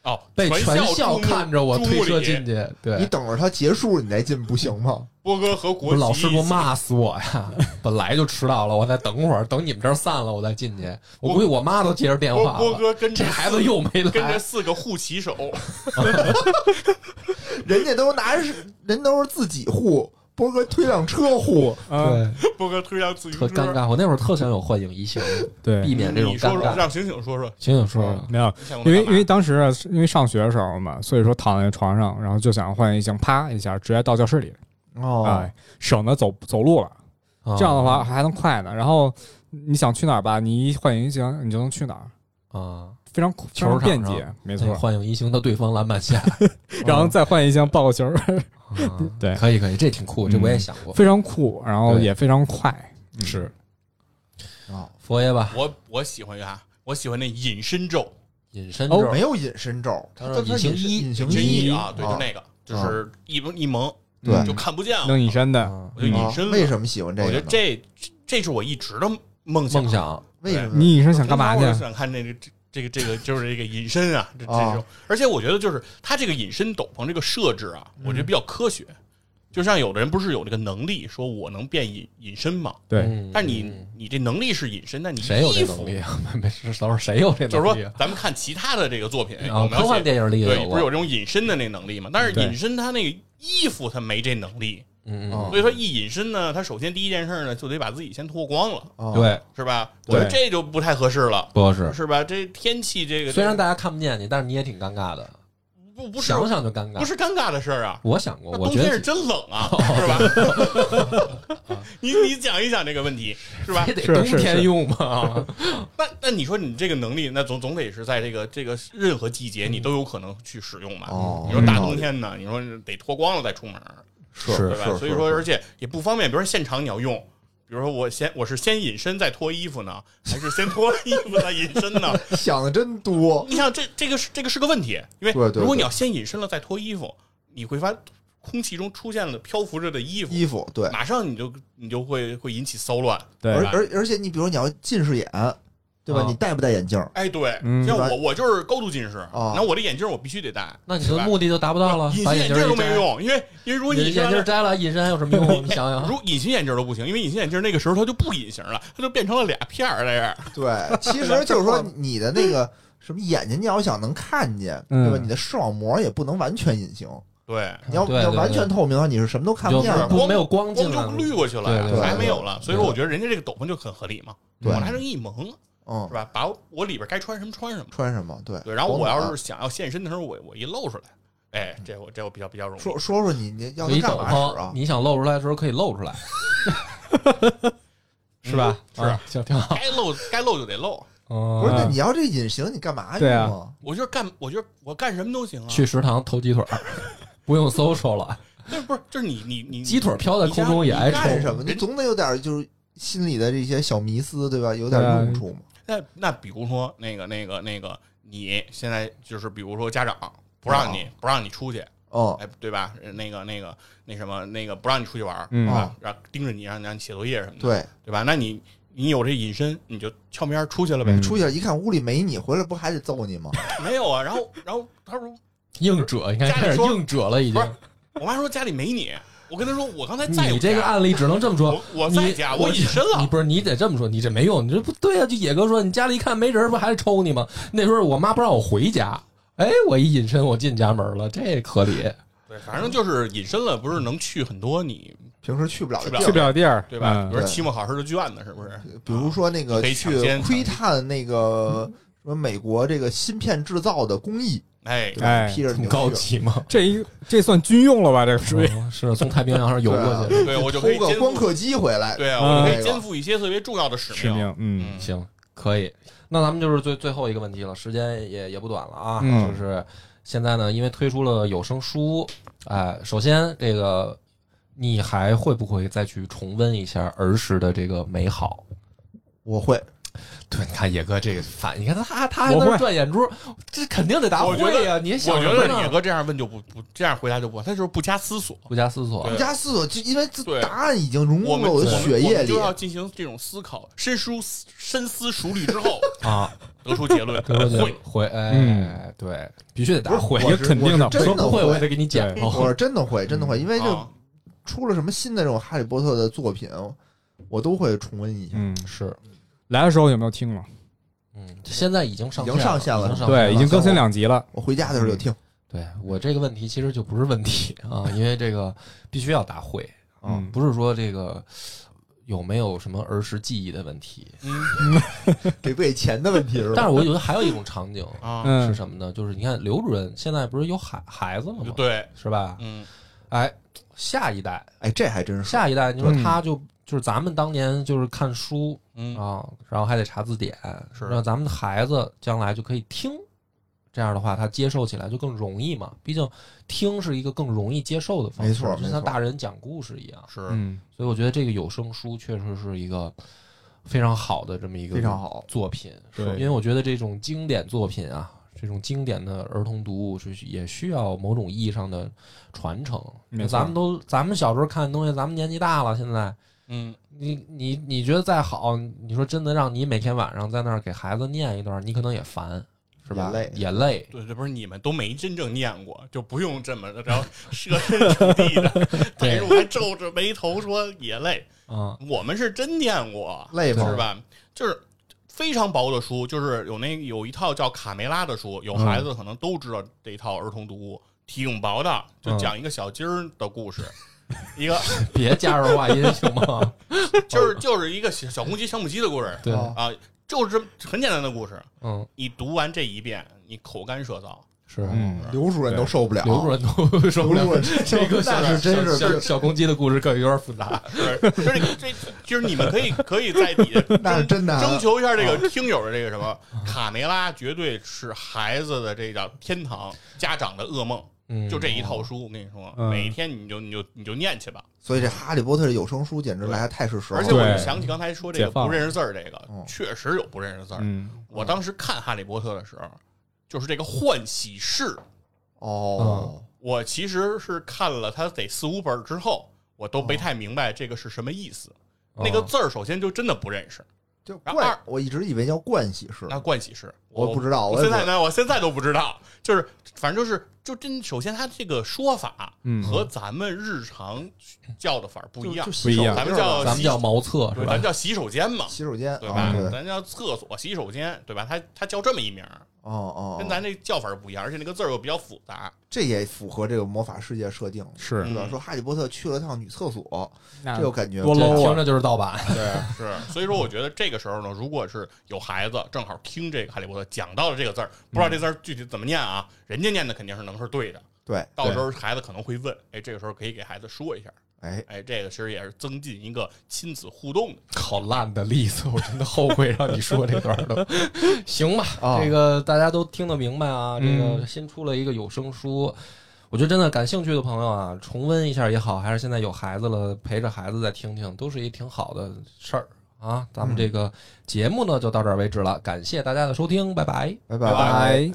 Speaker 2: 哦，
Speaker 1: 被全
Speaker 2: 校
Speaker 1: 校
Speaker 2: 注目
Speaker 1: 看着我
Speaker 2: 注
Speaker 1: 推
Speaker 2: 目
Speaker 1: 车
Speaker 2: 礼
Speaker 1: 进去，
Speaker 3: 你
Speaker 1: 对，
Speaker 3: 等着它结束你再进不行吗？
Speaker 2: 波哥和
Speaker 1: 不
Speaker 2: 国
Speaker 1: 是
Speaker 2: 旗
Speaker 1: 老师给我骂死我呀！ [LAUGHS] 本来就迟到了，我再等会儿，等你们这儿散了，我再进去。我
Speaker 2: 我
Speaker 1: 估计我妈都接着电
Speaker 2: 波
Speaker 1: 话
Speaker 2: 波
Speaker 1: 了，
Speaker 2: 哥跟
Speaker 1: 这
Speaker 2: 着
Speaker 1: 孩子又没
Speaker 2: 跟着
Speaker 1: 来，
Speaker 2: 四个护旗手，
Speaker 3: [LAUGHS] 人家都拿着是，人都是自己护，波哥推辆车护，
Speaker 4: 呃，
Speaker 1: 对，
Speaker 2: 波哥推辆自行
Speaker 1: 特
Speaker 2: 车。
Speaker 1: 尴尬。我那会儿特想有幻影移形，避
Speaker 4: 对，
Speaker 1: 免这种
Speaker 2: 你说
Speaker 1: 尴
Speaker 2: 说，
Speaker 1: 尬。
Speaker 2: 让醒醒说说，
Speaker 1: 行行说说，
Speaker 4: 没有，
Speaker 2: 你想过
Speaker 4: 因为
Speaker 2: 干嘛
Speaker 4: 因为当时啊是因为上学的时候嘛，所以说躺在床上，然后就想幻影移形，啪一下直接到教室里，
Speaker 3: 哦
Speaker 4: 哎，省得走走路了，
Speaker 1: 啊
Speaker 4: 嗯这样的话还能快呢。然后你想去哪儿吧，你一幻影移形，你就能去哪儿，
Speaker 1: 啊，
Speaker 4: 非常非常
Speaker 1: 球场
Speaker 4: 便
Speaker 1: 上
Speaker 4: 捷，没错。
Speaker 1: 幻影移形到对方篮板下，
Speaker 4: 然后再换一项抱个球，
Speaker 1: 嗯
Speaker 4: 对嗯
Speaker 1: 可以可以，这挺酷，这我也想过。
Speaker 4: [LAUGHS] 非常酷，然后
Speaker 1: 对
Speaker 4: 也非常快。
Speaker 1: 是
Speaker 3: 哦，
Speaker 1: 佛爷吧，
Speaker 2: 我我喜欢啥？我喜欢那隐身咒，
Speaker 1: 隐身
Speaker 3: 哦
Speaker 1: 咒
Speaker 3: 没有隐身咒，
Speaker 1: 他
Speaker 3: 它
Speaker 1: 说
Speaker 3: 它它
Speaker 1: 隐形
Speaker 3: 隐身
Speaker 1: 衣
Speaker 3: 隐形
Speaker 2: 军
Speaker 3: 衣
Speaker 2: 衣啊，对，就那个，就是一蒙一蒙
Speaker 3: 对
Speaker 4: 嗯
Speaker 2: 就看不见了，
Speaker 4: 弄隐身的，
Speaker 1: 啊
Speaker 2: 我就隐身
Speaker 3: 啊
Speaker 2: 了。
Speaker 3: 为什么喜欢这
Speaker 2: 我
Speaker 3: 个
Speaker 2: 觉
Speaker 3: 呢
Speaker 2: 得？这这是我一直的梦
Speaker 1: 梦想
Speaker 3: 为什么？
Speaker 4: 你隐身想干嘛去啊
Speaker 2: 我？就想看这个这这个这个 [LAUGHS] 就是这个隐身啊，这这种。而且我觉得就是它这个隐身斗篷这个设置啊，我觉得比较科学。就像有的人不是有这个能力，说我能变隐隐身吗？
Speaker 4: 对，
Speaker 1: 嗯
Speaker 2: 但你你这能力是隐身，但你
Speaker 1: 谁有
Speaker 2: 衣
Speaker 1: 这
Speaker 2: 服
Speaker 1: 能力啊？ [LAUGHS] 没没事，等会儿谁有这
Speaker 2: 就是
Speaker 1: 能
Speaker 2: 说
Speaker 1: 力啊？，
Speaker 2: 咱们看其他的这个作品，
Speaker 1: 啊，
Speaker 2: 有没
Speaker 1: 科幻
Speaker 2: 有写
Speaker 1: 电影里也
Speaker 2: 对，
Speaker 1: 有啊嗯
Speaker 2: 不是有
Speaker 1: 过，
Speaker 2: 这种隐身的那能力吗？但是
Speaker 4: 对
Speaker 2: 隐身他那个衣服他没这能力，
Speaker 1: 嗯
Speaker 3: 哦
Speaker 1: 嗯
Speaker 2: 所以说一隐身呢，他首先第一件事呢就得把自己先脱光了，
Speaker 3: 啊，
Speaker 4: 对，
Speaker 2: 是吧？我觉得
Speaker 4: 对
Speaker 2: 这就不太合适了，
Speaker 1: 不是。
Speaker 2: 是吧？这天气这个
Speaker 1: 虽然大家看不见你，但是你也挺尴尬的，
Speaker 2: 不不是
Speaker 1: 想想就尴尬。
Speaker 2: 不是尴尬的事儿啊，
Speaker 1: 我想过，
Speaker 2: 那
Speaker 1: 我
Speaker 2: 冬
Speaker 1: 觉
Speaker 2: 天是
Speaker 1: 得
Speaker 2: 真冷
Speaker 1: [LAUGHS]
Speaker 2: 啊，是吧？你你讲一讲这个问题是吧
Speaker 1: 非？得
Speaker 4: 是
Speaker 1: 冬
Speaker 4: 是
Speaker 1: 天
Speaker 4: 是
Speaker 1: 用
Speaker 2: [LAUGHS]
Speaker 1: 嘛， [LAUGHS]
Speaker 2: 那那你说你这个能力，那总总得是在这个这个任何季节你都有可能去使用吧？
Speaker 3: 哦嗯
Speaker 2: 你说
Speaker 1: 嗯
Speaker 2: 大冬天呢，你说得脱光了再出门儿，
Speaker 3: 是
Speaker 2: 对吧？
Speaker 3: 是，
Speaker 2: 所以说，而且也不方便，比如说现场你要用，比如说我先我是先隐身再脱衣服呢，还是先脱衣服再隐身呢？ [LAUGHS]
Speaker 3: 是想的真多，
Speaker 2: 你想这这个是这个是个问题，因为
Speaker 3: 对对
Speaker 2: 如果你要先隐身了再脱衣服，你会发现空气中出现了漂浮着的衣服，
Speaker 3: 衣服对，
Speaker 2: 马上你就你就会会引起骚乱，
Speaker 4: 对
Speaker 2: 是
Speaker 3: 而
Speaker 2: 吧
Speaker 3: 而而且你比如你要近视眼，对吧？
Speaker 1: 啊
Speaker 3: 你戴不戴眼镜？
Speaker 2: [LAUGHS] 哎，对，
Speaker 4: 嗯
Speaker 2: 像
Speaker 3: 对
Speaker 2: 我我就是高度近视，
Speaker 3: 哦
Speaker 2: 然后我这眼镜我必须得戴，
Speaker 1: 那你
Speaker 2: 是
Speaker 1: 的
Speaker 2: 吧
Speaker 1: 目的就达不到了
Speaker 2: 隐。
Speaker 1: 把
Speaker 2: 形眼
Speaker 1: 镜
Speaker 2: 镜
Speaker 1: 一
Speaker 2: 都没
Speaker 1: 摘，
Speaker 2: 用，因为因为如果
Speaker 1: 你
Speaker 2: 隐形
Speaker 1: 眼
Speaker 2: 完了
Speaker 1: 镜摘了，隐身还有什么
Speaker 2: [LAUGHS]
Speaker 1: 用？你想想啊，
Speaker 2: 如隐形眼镜都不行，因为隐形眼镜那个时候它就不隐形了，它就变成了俩片儿在这儿。
Speaker 3: 对，其实就是说你的那个什么眼睛，你要想能看见，
Speaker 4: 嗯
Speaker 3: 对吧？你的视网膜也不能完全隐形，
Speaker 2: 对，
Speaker 3: 你要
Speaker 1: 对
Speaker 3: 你要
Speaker 1: 对
Speaker 3: 完
Speaker 1: 对
Speaker 3: 全透明的话，你是什么都看不
Speaker 1: 就
Speaker 3: 见
Speaker 1: 是
Speaker 3: 的。
Speaker 1: 不
Speaker 2: 光
Speaker 1: 没有光进
Speaker 2: 光就
Speaker 1: 来，
Speaker 2: 滤过去了
Speaker 1: 对对
Speaker 2: 呀，
Speaker 1: 对
Speaker 2: 还没有
Speaker 3: 对
Speaker 2: 了。
Speaker 1: 对
Speaker 2: 所以说，我觉得人家这个斗篷就很合理嘛，
Speaker 3: 对
Speaker 2: 我拿成一蒙
Speaker 3: 嗯
Speaker 2: 是，吧？把我里边该穿什么穿什么。
Speaker 3: 穿什么？对
Speaker 2: 对，然后我
Speaker 3: 光
Speaker 2: 要
Speaker 3: 板
Speaker 2: 是想要现身的时候，我我一露出来，哎，这我这我比较比较容易。
Speaker 3: 啊说说说你你要
Speaker 1: 有一
Speaker 3: 它
Speaker 1: 斗
Speaker 3: 干嘛使
Speaker 1: 篷
Speaker 3: 啊，？
Speaker 1: 你想露出来的时候可以露出来，是吧？
Speaker 2: 是
Speaker 1: 啊行，挺好。
Speaker 2: 该露该露就得露，
Speaker 1: 不
Speaker 3: 不是，
Speaker 4: 嗯
Speaker 3: 那你要这隐形，你干嘛用
Speaker 4: 对啊
Speaker 3: 啊？
Speaker 2: 我就是干，我就是我干什么都行啊。
Speaker 1: 去食堂偷鸡腿
Speaker 2: [LAUGHS]
Speaker 1: 儿，不用搜搜了，
Speaker 2: 那不是就是你你你
Speaker 1: 鸡腿儿飘在空中也挨
Speaker 2: 你干
Speaker 1: 抽
Speaker 3: 干。什么？你
Speaker 2: 人
Speaker 3: 总得有点就是心里的这些小迷思，对吧？有点
Speaker 4: 对啊
Speaker 3: 用处嘛。
Speaker 2: 那那比如说那个那个那个，你现在就是比如说家长不让你、不让你出去，
Speaker 3: 嗯，
Speaker 2: 哎，对吧？那个那个那什么那个不让你出去玩儿，
Speaker 4: 嗯
Speaker 2: 是吧？让盯着你，让你让你写作业什么的，
Speaker 3: 对，
Speaker 2: 对吧？那你你有这隐身，你就翘边儿出去了呗？
Speaker 4: 嗯
Speaker 3: 出去了一看屋里没你，回来不还得揍你吗？
Speaker 2: [LAUGHS] 没有啊？然后然后他说，
Speaker 1: 硬折，你看
Speaker 2: 家里
Speaker 1: 开始
Speaker 2: 说
Speaker 1: 硬折了已
Speaker 2: 不是
Speaker 1: 经。
Speaker 2: 我妈说家里没你，我跟她说我刚才在
Speaker 1: 你这个
Speaker 2: 家
Speaker 1: 案例只能这么说
Speaker 2: 我，我
Speaker 1: 你
Speaker 2: 在家我
Speaker 1: 我
Speaker 2: 隐身了
Speaker 1: 你不是你得这么说，你这没用，你这不对啊！就野哥说，你家里一看没人，不还得抽你吗？那时候我妈不让我回家，哎，我一隐身，我进家门了，这合理。
Speaker 2: 对，反正就是隐身了，不是能去很多你
Speaker 3: 平时去不了的
Speaker 2: 去
Speaker 3: 地
Speaker 4: 去不
Speaker 3: 儿，
Speaker 4: 了地儿，
Speaker 2: 对吧？比
Speaker 4: 嗯
Speaker 2: 如说
Speaker 3: 对
Speaker 2: 期末考试的卷子是不是？
Speaker 3: 比如说那个
Speaker 2: 可以
Speaker 3: 去
Speaker 2: 抢先
Speaker 3: 窥探那个什么美国这个芯片制造的工艺，
Speaker 2: 哎，
Speaker 3: 对吧？
Speaker 4: 哎
Speaker 3: 披着你
Speaker 1: 很
Speaker 3: 的
Speaker 1: 高
Speaker 3: 去
Speaker 1: 级吗？
Speaker 4: 这一这算军用了吧？这个属于
Speaker 1: 嗯哦是从太平洋上游 [LAUGHS] 过去。
Speaker 2: 对啊我就
Speaker 3: 啊偷
Speaker 2: 可以
Speaker 3: 个
Speaker 2: 监
Speaker 3: 光
Speaker 2: 控。
Speaker 3: 刻机回来。
Speaker 2: 对啊，我就可
Speaker 3: 嗯
Speaker 2: 以肩负一些特别重要的使
Speaker 4: 使命，嗯
Speaker 2: 嗯，
Speaker 1: 行，可以。那咱们就是最最后一个问题了，时间也也不短了啊，
Speaker 4: 嗯
Speaker 1: 就是现在呢，因为推出了有声书，哎、首先这个你还会不会再去重温一下儿时的这个美好？
Speaker 3: 我会，
Speaker 1: 对，你看野哥这个反，你看他他他还
Speaker 4: 我
Speaker 1: 在
Speaker 4: 会
Speaker 1: 那转眼珠，这肯定得答
Speaker 2: 我觉
Speaker 1: 会呀、
Speaker 2: 得
Speaker 1: 你
Speaker 2: 我
Speaker 1: 想
Speaker 2: 觉
Speaker 1: 什么
Speaker 2: 得
Speaker 1: 呢
Speaker 2: 野哥这样问就不不这样回答就不，他就是不加思索。
Speaker 1: 不加思索
Speaker 2: 对
Speaker 3: 不，加思索，就因为这
Speaker 2: 对
Speaker 3: 答案已经融
Speaker 2: 我
Speaker 3: 入嗯
Speaker 2: 们
Speaker 3: 了我的
Speaker 2: 我们
Speaker 3: 血
Speaker 2: 我
Speaker 3: 液啊
Speaker 2: 们
Speaker 3: 里
Speaker 2: 就。要进行这种思考，深思深思熟虑之后
Speaker 1: 啊，
Speaker 2: 得出结论。
Speaker 1: [LAUGHS] 对对对
Speaker 2: 会，
Speaker 1: 会，哎，
Speaker 4: 嗯
Speaker 1: 对，必须得答会
Speaker 4: 我，也肯定的，
Speaker 3: 我是真
Speaker 1: 说
Speaker 3: 的
Speaker 1: 不会
Speaker 3: 会
Speaker 1: 我也得给你剪了。
Speaker 3: 我是真的会，真的会，因为就
Speaker 2: 啊，
Speaker 3: 出了什么新的这种哈利波特的作品，我都会重温一下。
Speaker 4: 嗯，
Speaker 1: 是，
Speaker 4: 来的时候有没有听了？
Speaker 1: 嗯，现在已经上
Speaker 3: 已经上线了
Speaker 1: 已经上线
Speaker 4: 对，已经更新两集了。
Speaker 3: 我回家的时候就听。
Speaker 1: 对我这个问题其实就不是问题啊，因为这个必须要答会啊，
Speaker 4: 嗯
Speaker 1: 不是说这个有没有什么儿时记忆的问题。
Speaker 2: 嗯
Speaker 3: 给不给钱的问题是
Speaker 1: 但是
Speaker 3: 吧？
Speaker 1: 我觉得还有一种场景
Speaker 2: 啊，
Speaker 1: 是
Speaker 4: 嗯，
Speaker 1: 什么呢？就是你看刘主任现在不是有孩孩子了吗？，
Speaker 2: 对，
Speaker 1: 是吧？
Speaker 2: 嗯，
Speaker 1: 哎，下一代，
Speaker 3: 哎，这还真是
Speaker 1: 下一代，你说
Speaker 4: 嗯
Speaker 1: 他就就是咱们当年就是看书
Speaker 2: 嗯
Speaker 1: 啊，然后还得查字典，
Speaker 2: 是
Speaker 1: 让咱们的孩子将来就可以听。这样的话，他接受起来就更容易嘛。毕竟听是一个更容易接受的方式，
Speaker 3: 没错
Speaker 1: 就
Speaker 3: 没
Speaker 1: 像
Speaker 3: 错
Speaker 1: 大人讲故事一样。
Speaker 2: 是
Speaker 4: 嗯，
Speaker 1: 所以我觉得这个有声书确实是一个非常好的这么一个
Speaker 3: 非常好
Speaker 1: 作品，
Speaker 4: 对
Speaker 1: 因为我觉得这种经典作品啊，这种经典的儿童读物是也需要某种意义上的传承。
Speaker 4: 没错
Speaker 1: 咱们都咱们小时候看的东西，咱们年纪大了，现在
Speaker 2: 嗯，
Speaker 1: 你你你觉得再好，你说真的让你每天晚上在那儿给孩子念一段，你可能也烦，是是吧？
Speaker 3: 也累
Speaker 1: 也累，
Speaker 2: 对对，不是你们都没真正念过，就不用这么着然后设身处地的。但是我还皱着眉头说也累，
Speaker 1: 嗯
Speaker 2: 我们是真念过，
Speaker 3: 累吗
Speaker 2: 是吧？就是非常薄的书，就是有那有一套叫卡梅拉的书，有孩子可能都知道这一套儿童读物，挺薄的，就
Speaker 1: 嗯
Speaker 2: 讲一个小鸡儿的故事，一个
Speaker 1: 别加入话音 [LAUGHS] 行吗？
Speaker 2: 就是就是一个小小公鸡、小母鸡的故事
Speaker 1: 对，
Speaker 3: 哦
Speaker 2: 啊，就是这么很简单的故事。
Speaker 1: 嗯，
Speaker 2: 你读完这一遍，你口干舌燥，
Speaker 1: 是
Speaker 4: 嗯，
Speaker 3: 刘主任都受不了，
Speaker 1: 刘主任都受不了
Speaker 3: 刘主任，
Speaker 1: 这个小
Speaker 3: 那是真是
Speaker 1: 小小小公鸡的故事可有点复杂，
Speaker 2: 是，就是你这，就是你们可以可以在底下
Speaker 3: 那是真的啊
Speaker 2: 征求一下这个听友的这个什么卡梅拉，绝对是孩子的这叫天堂，家长的噩梦。
Speaker 1: 嗯，
Speaker 2: 就这一套书，我跟你说，
Speaker 4: 嗯
Speaker 2: 每天你就你就你就念去吧。
Speaker 3: 所以这《哈利波特》的有声书简直来的太是时候
Speaker 2: 而
Speaker 3: 了。
Speaker 2: 且我
Speaker 4: 对
Speaker 2: 就想起刚才说这个
Speaker 4: 解放
Speaker 2: 不认识字儿，这个
Speaker 3: 嗯
Speaker 2: 确实有不认识字儿。
Speaker 4: 嗯，
Speaker 2: 我当时看《哈利波特》的时候，就是这个换喜事，嗯
Speaker 3: 哦，
Speaker 2: 我其实是看了他得四五本儿之后，我都没太明白这个是什么意思。
Speaker 1: 嗯
Speaker 3: 哦
Speaker 2: 那个字儿首先就真的不认识，
Speaker 3: 就
Speaker 2: 然后
Speaker 3: 惯
Speaker 2: 二，
Speaker 3: 我一直以为叫惯喜式，
Speaker 2: 那冠喜事
Speaker 3: 我不知道，
Speaker 2: 我
Speaker 3: 也
Speaker 2: 现
Speaker 3: 不
Speaker 2: 在呢，我现在都不知道，就是反正就是就真，首先它这个说法
Speaker 4: 嗯
Speaker 2: 和咱们日常叫的法儿不一样
Speaker 3: 就，就
Speaker 4: 不一样
Speaker 2: 咱们
Speaker 3: 洗手
Speaker 2: 叫
Speaker 1: 咱们叫茅厕是
Speaker 2: 对咱
Speaker 1: 吧？
Speaker 2: 叫洗手间嘛，
Speaker 3: 洗手间，
Speaker 2: 对
Speaker 3: 啊
Speaker 2: 吧？咱叫厕所、洗手间，对吧？它它叫这么一名儿，
Speaker 3: 哦哦，
Speaker 2: 跟咱这叫法儿不一样，而且那个字儿又比较复杂，
Speaker 3: 这也符合这个魔法世界设定，
Speaker 4: 是
Speaker 3: 对吧？
Speaker 2: 嗯
Speaker 3: 说哈利波特去了趟女厕所，
Speaker 4: 那
Speaker 3: 这个感觉
Speaker 4: 嗯多
Speaker 1: 这
Speaker 4: low
Speaker 1: 听
Speaker 4: 啊！
Speaker 1: 着就是盗版，
Speaker 2: 对，啊是。所以说，我觉得这个时候呢，如果是有孩子正好听这个《哈利波特》讲到了这个字儿，不知道这字儿具体怎么念啊，人家念的肯定是能是对的。
Speaker 3: 对，
Speaker 2: 到时候孩子可能会问，哎，这个时候可以给孩子说一下，
Speaker 3: 哎，
Speaker 2: 哎，这个其实也是增进一个亲子互动的。
Speaker 1: 好烂的例子，我真的后悔让你说这段儿了。 [LAUGHS] 行吧，
Speaker 3: 啊
Speaker 1: 这个大家都听得明白啊。这个
Speaker 4: 嗯
Speaker 1: 新出了一个有声书，我觉得真的感兴趣的朋友啊，重温一下也好，还是现在有孩子了，陪着孩子再听听，都是一挺好的事儿啊。咱们这个节目呢就到这儿为止了，感谢大家的收听，拜拜。
Speaker 3: 拜
Speaker 4: 拜
Speaker 3: 拜。
Speaker 4: 拜。